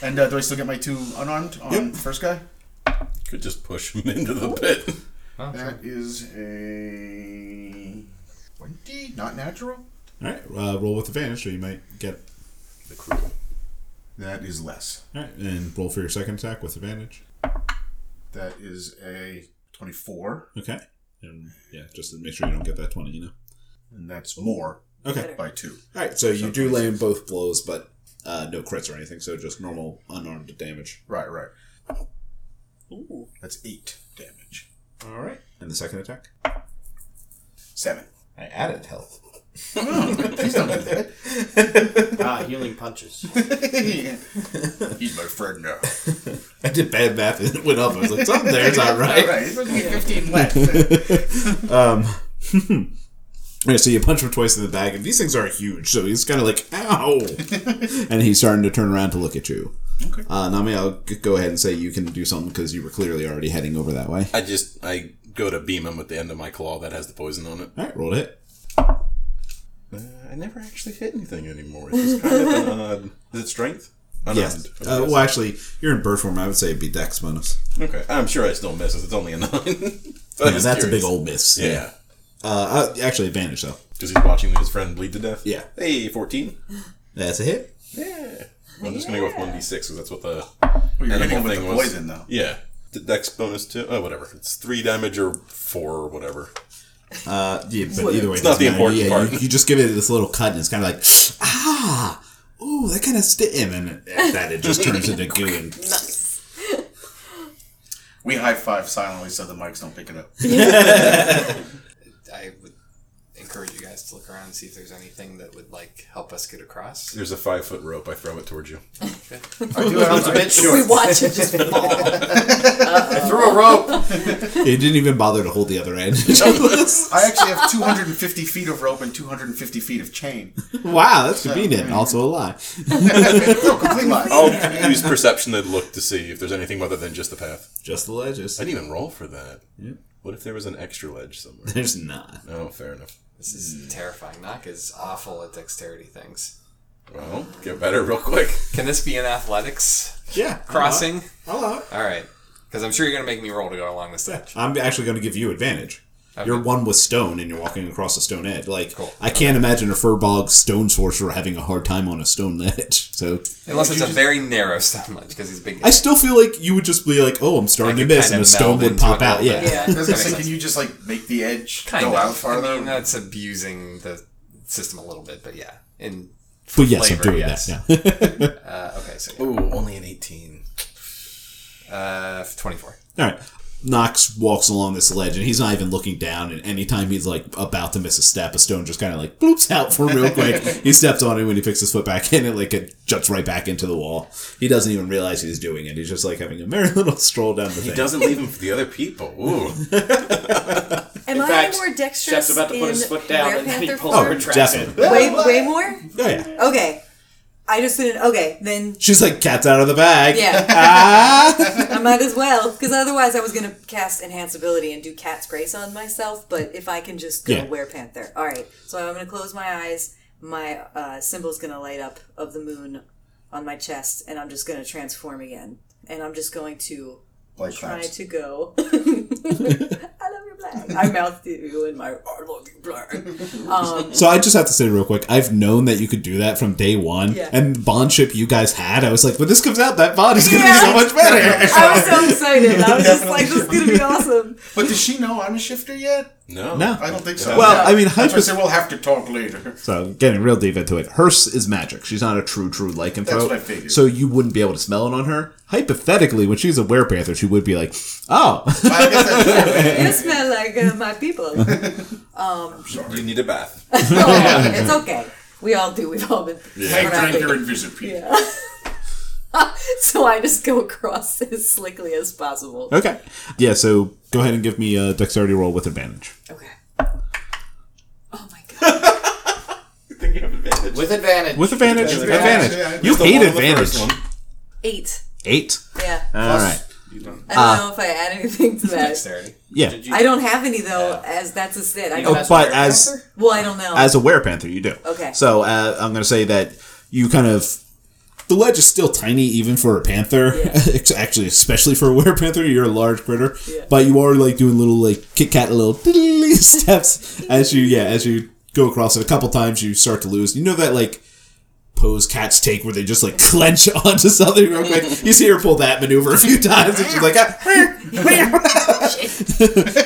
G: and uh, do I still get my two unarmed on the first guy?
F: Could just push him into the pit.
G: That is a 20, not natural.
H: All right, uh, roll with advantage, so you might get.
G: That is less.
H: All right, and roll for your second attack with advantage.
G: That is a 24,
H: Okay. And yeah, just to make sure you don't get that twenty. You know.
G: and that's more
H: Okay.
G: by two.
H: All right, so you do land both blows, but uh, no crits or anything, so just normal unarmed damage.
G: Right, right. Ooh. That's eight damage.
H: All right. And the second attack.
G: Seven.
L: I added health.
G: Please don't do that.
E: Ah, healing punches.
G: He's my friend now.
H: I did bad math and it went up. I was like, something there's not right.
G: right, he's supposed to be 15 left.
H: All right, so you punch him twice in the back, and these things are huge, so he's kind of like, ow! and he's starting to turn around to look at you. Okay. Uh, Nami, I'll g- go ahead and say you can do something because you were clearly already heading over that way.
F: I just I go to beam him with the end of my claw that has the poison on it.
H: All right, roll it.
F: Uh, I never actually hit anything anymore. It's just kind of an odd. Is it strength? Unarmed.
H: Yes.
F: I'm
H: Uh,
F: guessing.
H: well, actually, you're in bird form. I would say it'd be dex bonus.
F: Okay. I'm sure I still miss. 'cause It's only a nine. But I'm
H: Yeah,
F: just
H: that's a big
F: curious.
H: old miss.
F: Yeah.
H: Uh, uh, actually, advantage, though.
F: Because he's watching his friend bleed to death.
H: Yeah.
F: Hey, fourteen.
H: That's a hit.
F: Yeah. I'm just gonna go with one d six because that's what the
G: well, you're
F: animal
G: hitting him with
F: thing
G: the
F: was.
G: poison, though.
F: Yeah. The dex bonus two. Oh, whatever. It's three damage or four or whatever.
H: Yeah, but either way, it's
F: not the important
H: yeah,
F: part.
H: You, you just give it this little cut, and it's kind of like, ah, ooh, that kind of stit him, and at that it just turns into goo. And
C: Nice.
G: We high five silently so the mics don't pick it up.
B: I would encourage you guys to look around and see if there's anything that would like help us get across.
F: There's a five foot rope. I throw it towards you.
E: Sounds a bit
C: We
E: short.
C: watch it just fall.
E: I threw a rope.
H: it didn't even bother to hold the other end. It just-
G: I actually have 250 feet of rope and 250 feet of chain.
H: wow, that's convenient. Also a lie.
G: No, complete lie.
H: Oh.
F: I'll use perception and look to see if there's anything other than just the path.
H: Just the ledges.
F: I didn't even roll for that. What if there was an extra ledge somewhere?
H: There's not.
F: Oh, fair enough.
B: This is terrifying. Nock is awful at dexterity things.
F: Well, get better real quick.
B: Can this be an athletics
H: Yeah.
B: crossing?
H: Hello.
B: All right, because I'm sure you're gonna make me roll to go along this ledge.
H: I'm actually going to give you advantage. You're one with stone, and you're walking across a stone edge. Like
B: Cool.
H: I can't imagine a furbog stone sorcerer having a hard time on a stone edge. So
B: Unless it's a very narrow stone ledge, because he's a big.
H: I still feel like you would just be like, "Oh, I'm starting
B: Like
H: to
B: it
H: miss," and
B: kinda
H: a stone
B: melded
H: would pop
B: into a
H: out.
B: little
H: Yeah.
B: bit.
G: I
C: Yeah.
G: was gonna say, can you just like make the edge
B: kind
G: go
B: of.
G: out farther?
B: I mean, that's abusing the system a little bit, but yeah. In
H: But yes,
B: flavor,
H: I'm doing
B: yes.
H: that. Yeah.
B: Uh, okay, so yeah.
F: Ooh, only an 18.
B: uh, twenty-four.
H: All right. Knox walks along this ledge, and he's not even looking down. And anytime he's like about to miss a step, a stone just kind of like bloops out for him real quick. he steps on it when he picks his foot back in, and like it juts right back into the wall. He doesn't even realize he's doing it. He's just like having a merry little stroll down the
F: He
H: thing.
F: doesn't leave him for the other people. Ooh.
C: Am I
E: fact,
C: more dexterous
E: Jeff's about to
C: in
E: put his foot down
C: Rare
E: and then he
C: Panther
E: pulls
H: Oh,
E: her
C: form?
E: tra-
H: definitely.
C: Way, way more?
H: Oh, yeah.
C: Okay. I just didn't. Okay, then
H: She's like, "Cat's out of the bag."
C: yeah,
H: Ah!
C: I might as well because otherwise I was gonna cast enhance ability and do cat's grace on myself. But if I can just go
H: Yeah.
C: wear panther, all right. So I'm gonna close my eyes. My uh, symbol's gonna light up of the moon on my chest, and I'm just gonna transform again. And I'm just going to
G: Like
C: try
G: that.
C: to go. I love your black. I mouthed you in my I love you black. Um,
H: So I just have to say real quick, I've known that you could do that from day one,
C: Yeah.
H: and the bond ship you guys had, I was like, "When this comes out, that bond is going to
C: Yeah.
H: be so much better."
C: I was so excited. I was just like, this is gonna be awesome.
G: But does she know I'm a shifter yet?
F: No.
H: No.
G: I don't think so.
H: Well, I mean,
G: That's why I
H: hypoth-
G: say we'll have to talk later.
H: So getting real deep into it, Hearse is magic. She's not a true, true lycanthrope.
G: That's what I figured.
H: So you wouldn't be able to smell it on her. Hypothetically, when she's a werepanther, she would be like, "Oh,
G: I guess that's true.
C: You smell like uh, my people.
F: You need a bath.
C: it's okay. We all do. We've all been.
G: Hank
C: We're not
G: Drinker
C: big.
G: and Visit Pete.
C: So I just go across as slickly as possible.
H: okay, yeah." So go ahead and give me a dexterity roll with advantage.
C: Okay. Oh my god.
F: I think you have advantage.
E: With advantage.
H: With advantage,
F: Advantage.
H: advantage.
F: Yeah,
H: You
F: Just the
H: hate
F: one on the first
H: advantage.
F: one.
C: Eight.
H: Eight.
C: Yeah.
H: All right.
C: I don't know if I add anything to that.
B: Dexterity.
H: Yeah. Oh,
C: I don't have any though, as that's a stat. I
E: You
C: don't,
E: mess
H: but
E: with
H: as-
E: her?
C: well, I don't know.
H: As a werepanther, you do.
C: Oh. Okay.
H: So uh, I'm going to say that you kind of. The ledge is still tiny, even for a panther. It's Actually, especially for a werepanther, you're a large critter.
C: Yeah.
H: But you are like doing little like Kit Kat little steps as you yeah as you go across it. A couple times you start to lose. You know that like pose cats take where they just like clench onto something real quick. You see her pull that maneuver a few times, and she's like, ah,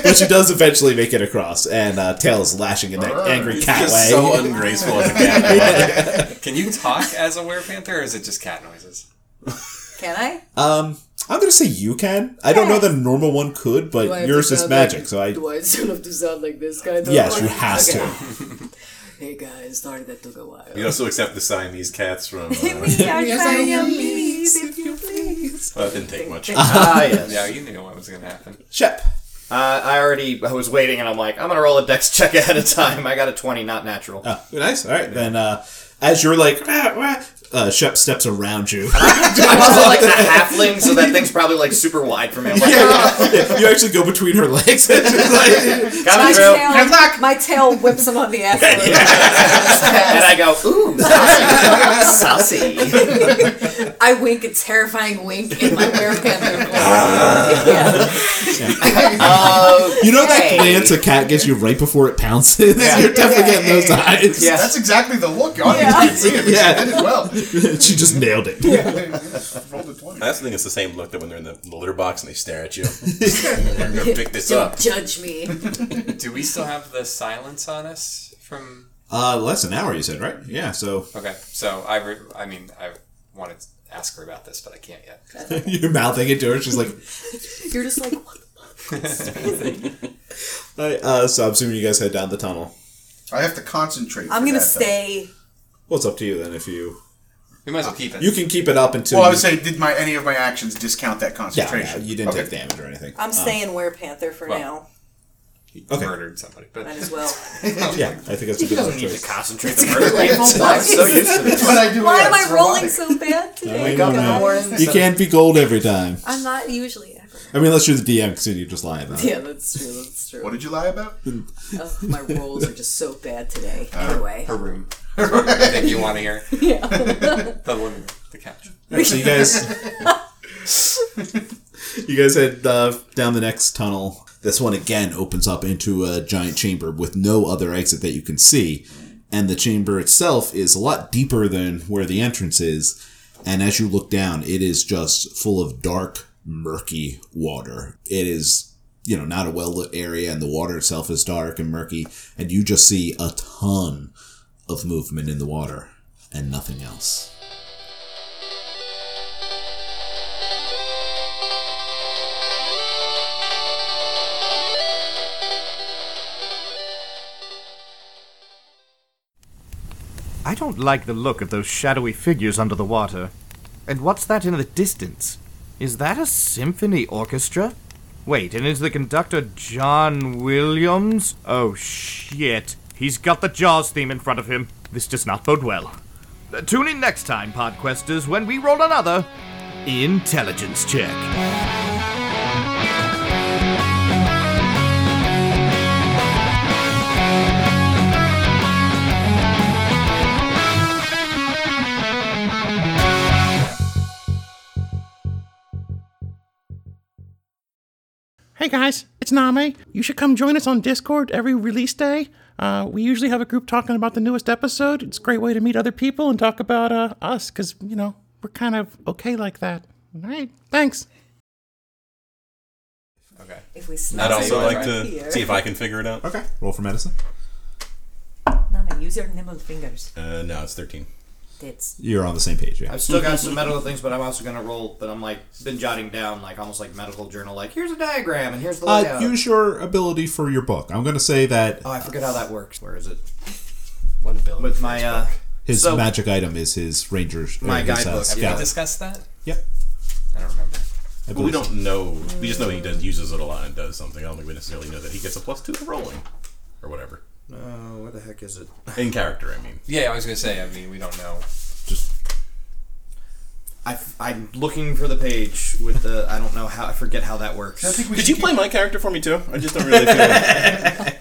H: but she does eventually make it across, and uh, tail is lashing in that angry cat
F: Just
H: way.
F: so ungraceful as a cat.
B: Can you talk as a werepanther, or is it just cat noises?
C: Can I?
H: Um, I'm gonna say you can. I don't know that a normal one could,
C: Do I
H: but
C: have
H: yours
C: to
H: is
C: sound
H: magic.
C: like-
H: so I
C: Do I still have to sound like this kind of?
H: yes, you have to.
C: Hey guys, sorry that took a while.
F: We also accept the Siamese cats from. Uh,
C: We are Siamese, if you please.
F: well, it didn't take much.
E: Ah, yes.
B: Yeah, you knew what was going to happen.
H: Shep.
E: Uh, I already I was waiting, and I'm like, I'm gonna roll a dex check ahead of time. I got a 20, not natural.
H: Oh, nice. All right, then. Uh, as you're like, "Ah, wah," uh, Shep steps around you.
E: I'm also like a halfling, so that thing's probably like super wide for me. I'm like,
H: you actually go between her legs. And she's like,
E: got
C: My
E: it, bro.
C: tail, my tail whips him on the ass. a little.
E: And I go, ooh, saucy. saucy.
C: I wink a terrifying wink in my werepanther voice.
H: you know that glance a cat gives you right before it pounces. You're definitely getting those eyes.
E: Yeah.
G: That's exactly the look. Audience
C: Yeah.
G: can see it. but
H: Yeah.
G: She did it well.
H: she just nailed it.
G: Rolled a 20.
F: I also think it's the same look that when they're in the, the litter box and they stare at you. I'm gonna pick this
C: Don't
F: up.
C: judge me.
B: Do we still have the silence on us from?
H: Uh, less than an hour, you said, right? Yeah. So
B: Okay, so I, re- I mean, I wanted to ask her about this, but I can't yet.
H: you're mouthing it to her. She's like,
C: You're just like, what?
H: All right, uh, so I'm assuming you guys head down the tunnel.
G: I have to concentrate.
C: I'm
G: for
C: gonna
G: that, though.
C: stay.
H: Well, it's up to you then. If you
B: We might as well keep it.
H: you can keep it up until
G: Well, I
H: you,
G: would say, did my any of my actions discount that
H: yeah,
G: concentration?
H: yeah, you didn't
G: Okay.
H: take damage or anything. Um,
C: I'm staying werepanther for
B: well.
C: now.
H: okay.
B: murdered somebody, but
C: Might as well.
H: Yeah, I think that's a
E: He
H: good
E: doesn't
H: enough
E: need to
H: choice.
E: concentrate. on her. Like, I'm so used to this.
G: But I do
C: Why
G: it
C: am I
G: as
C: rolling
G: robotic.
C: so bad
H: I
C: today?
H: don't know. You can't be gold every time.
C: I'm not usually ever.
H: I mean, unless you're the DM, because then you just lie about it.
C: Yeah, that's true. That's true.
G: What did you lie about?
C: Oh, my rolls are just so bad today. Anyway,
B: her room. That's what I think you want to hear
C: yeah.
B: the living room, the couch.
H: Actually, you guys, you guys head uh, down the next tunnel. This one again opens up into a giant chamber with no other exit that you can see, and the chamber itself is a lot deeper than where the entrance is. And as you look down, it is just full of dark, murky water. It is, you know, not a well lit area, and the water itself is dark and murky. And you just see a ton of movement in the water and nothing else.
A: I don't like the look of those shadowy figures under the water. And what's that in the distance? Is that a symphony orchestra? Wait, and is the conductor John Williams? Oh shit. He's got the Jaws theme in front of him. This does not bode well. Uh, Tune in next time, Podquesters, when we roll another intelligence check.
M: Hey guys, it's Name. You should come join us on Discord every release day. Uh, we usually have a group talking about the newest episode. It's a great way to meet other people and talk about uh, us, because, you know, we're kind of okay like that. All right, thanks.
B: Okay.
C: If we
F: I'd
C: snap
F: also
C: it
F: like
C: right
F: to
C: here.
F: see if I can figure it out.
H: Okay. Roll for medicine.
C: Nana, use your nimble fingers.
F: Uh, no, it's 13.
C: Tits.
H: You're on the same page, yeah.
E: I've still got some medical things, but I'm also gonna roll. But I'm like been jotting down like almost like medical journal. Like here's a diagram and here's the
H: Uh,
E: layout.
H: use your ability for your book. I'm going to say that
E: oh, I forget how that works. Where is it?
B: What ability?
E: With my uh,
H: his
E: so-
H: magic item is his ranger's
E: My
H: his, uh,
E: guidebook,
B: Have
H: scout.
B: we discussed that?
H: Yep.
B: I don't remember.
H: I
F: But we
H: believe so.
F: don't know. We just know he does uses it a lot and does something. I don't think we necessarily know that he gets a plus two to rolling or whatever
E: oh, where the heck is it?
F: in character. I mean,
B: Yeah, I was gonna say. I mean, we don't know.
H: Just
E: I am looking for the page with the I don't know how I forget how that works.
G: I think we
F: did
G: should
F: you play my character for me too? I just don't really. feel I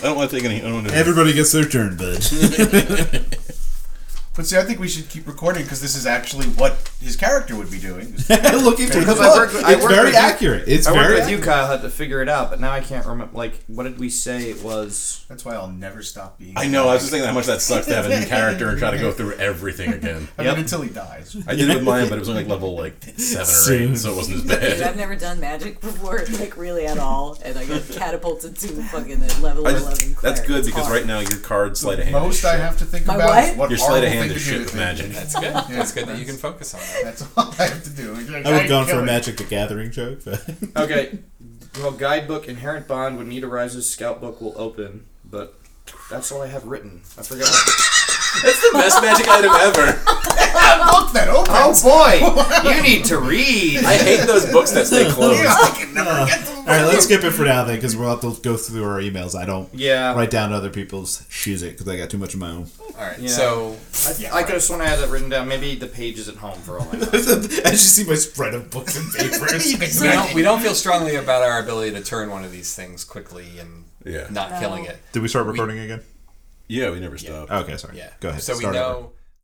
F: don't want to take any. I don't want to.
H: Everybody gets their turn, bud.
G: keep- But see, I think we should keep recording because this is actually what his character would be doing.
H: Look into the
E: Because I
H: book.
E: work with- I
H: It's
E: work
H: very
E: with you-
H: accurate. It's
E: I worked
H: very
E: with you,
H: accurate.
E: Kyle, had to figure it out, but now I can't remember. Like, what did we say it was?
G: That's why I'll never stop being.
F: I know. I was just thinking how much that sucks to have a new character and try to go through everything again.
G: I
E: Yep.
G: mean, until he dies.
F: I did it with mine, but it was only like level like seven or eight, so it wasn't as
C: Dude,
F: bad.
C: I've never done magic before, like really at all, and I got catapulted to fucking a level
F: I
C: eleven.
F: just, that's
C: cleric.
F: good
C: It's
F: because
C: hard.
F: right now your card sleight of hand.
G: Most
F: is
G: I
F: shit.
G: have to think
C: My
G: about
C: what?
G: is what
F: Your sleight of
G: horrible
F: hand is
G: thing to do
F: shit with
G: to
F: magic.
G: me.
B: That's good. That's good that you can focus on that.
G: That's all I have to do.
H: I would have gone
G: gone
H: for a Magic the Gathering joke, but
E: Okay. well, guidebook, inherent bond, when need arises, scout book will open, but that's all I have written. I forgot. What...
F: That's the best magic item ever.
G: Look that open.
E: oh boy, you need to read.
F: I hate those books that stay closed. Uh,
H: all right, let's skip it for now then, because we'll have to go through our emails. I don't
E: Yeah.
H: write down other people's shoes it because I got too much of my own.
B: All right.
E: Yeah.
B: So
E: I, I could have sworn I had that written down. Maybe the page is at home for all I know.
H: As you see my spread of books and papers,
B: we don't, we don't feel strongly about our ability to turn one of these things quickly and
F: Yeah.
B: not killing it.
H: did we start recording again?
F: Yeah, we never stop.
H: Okay, sorry.
B: Yeah.
H: go ahead.
B: So we
H: start
B: know
H: over.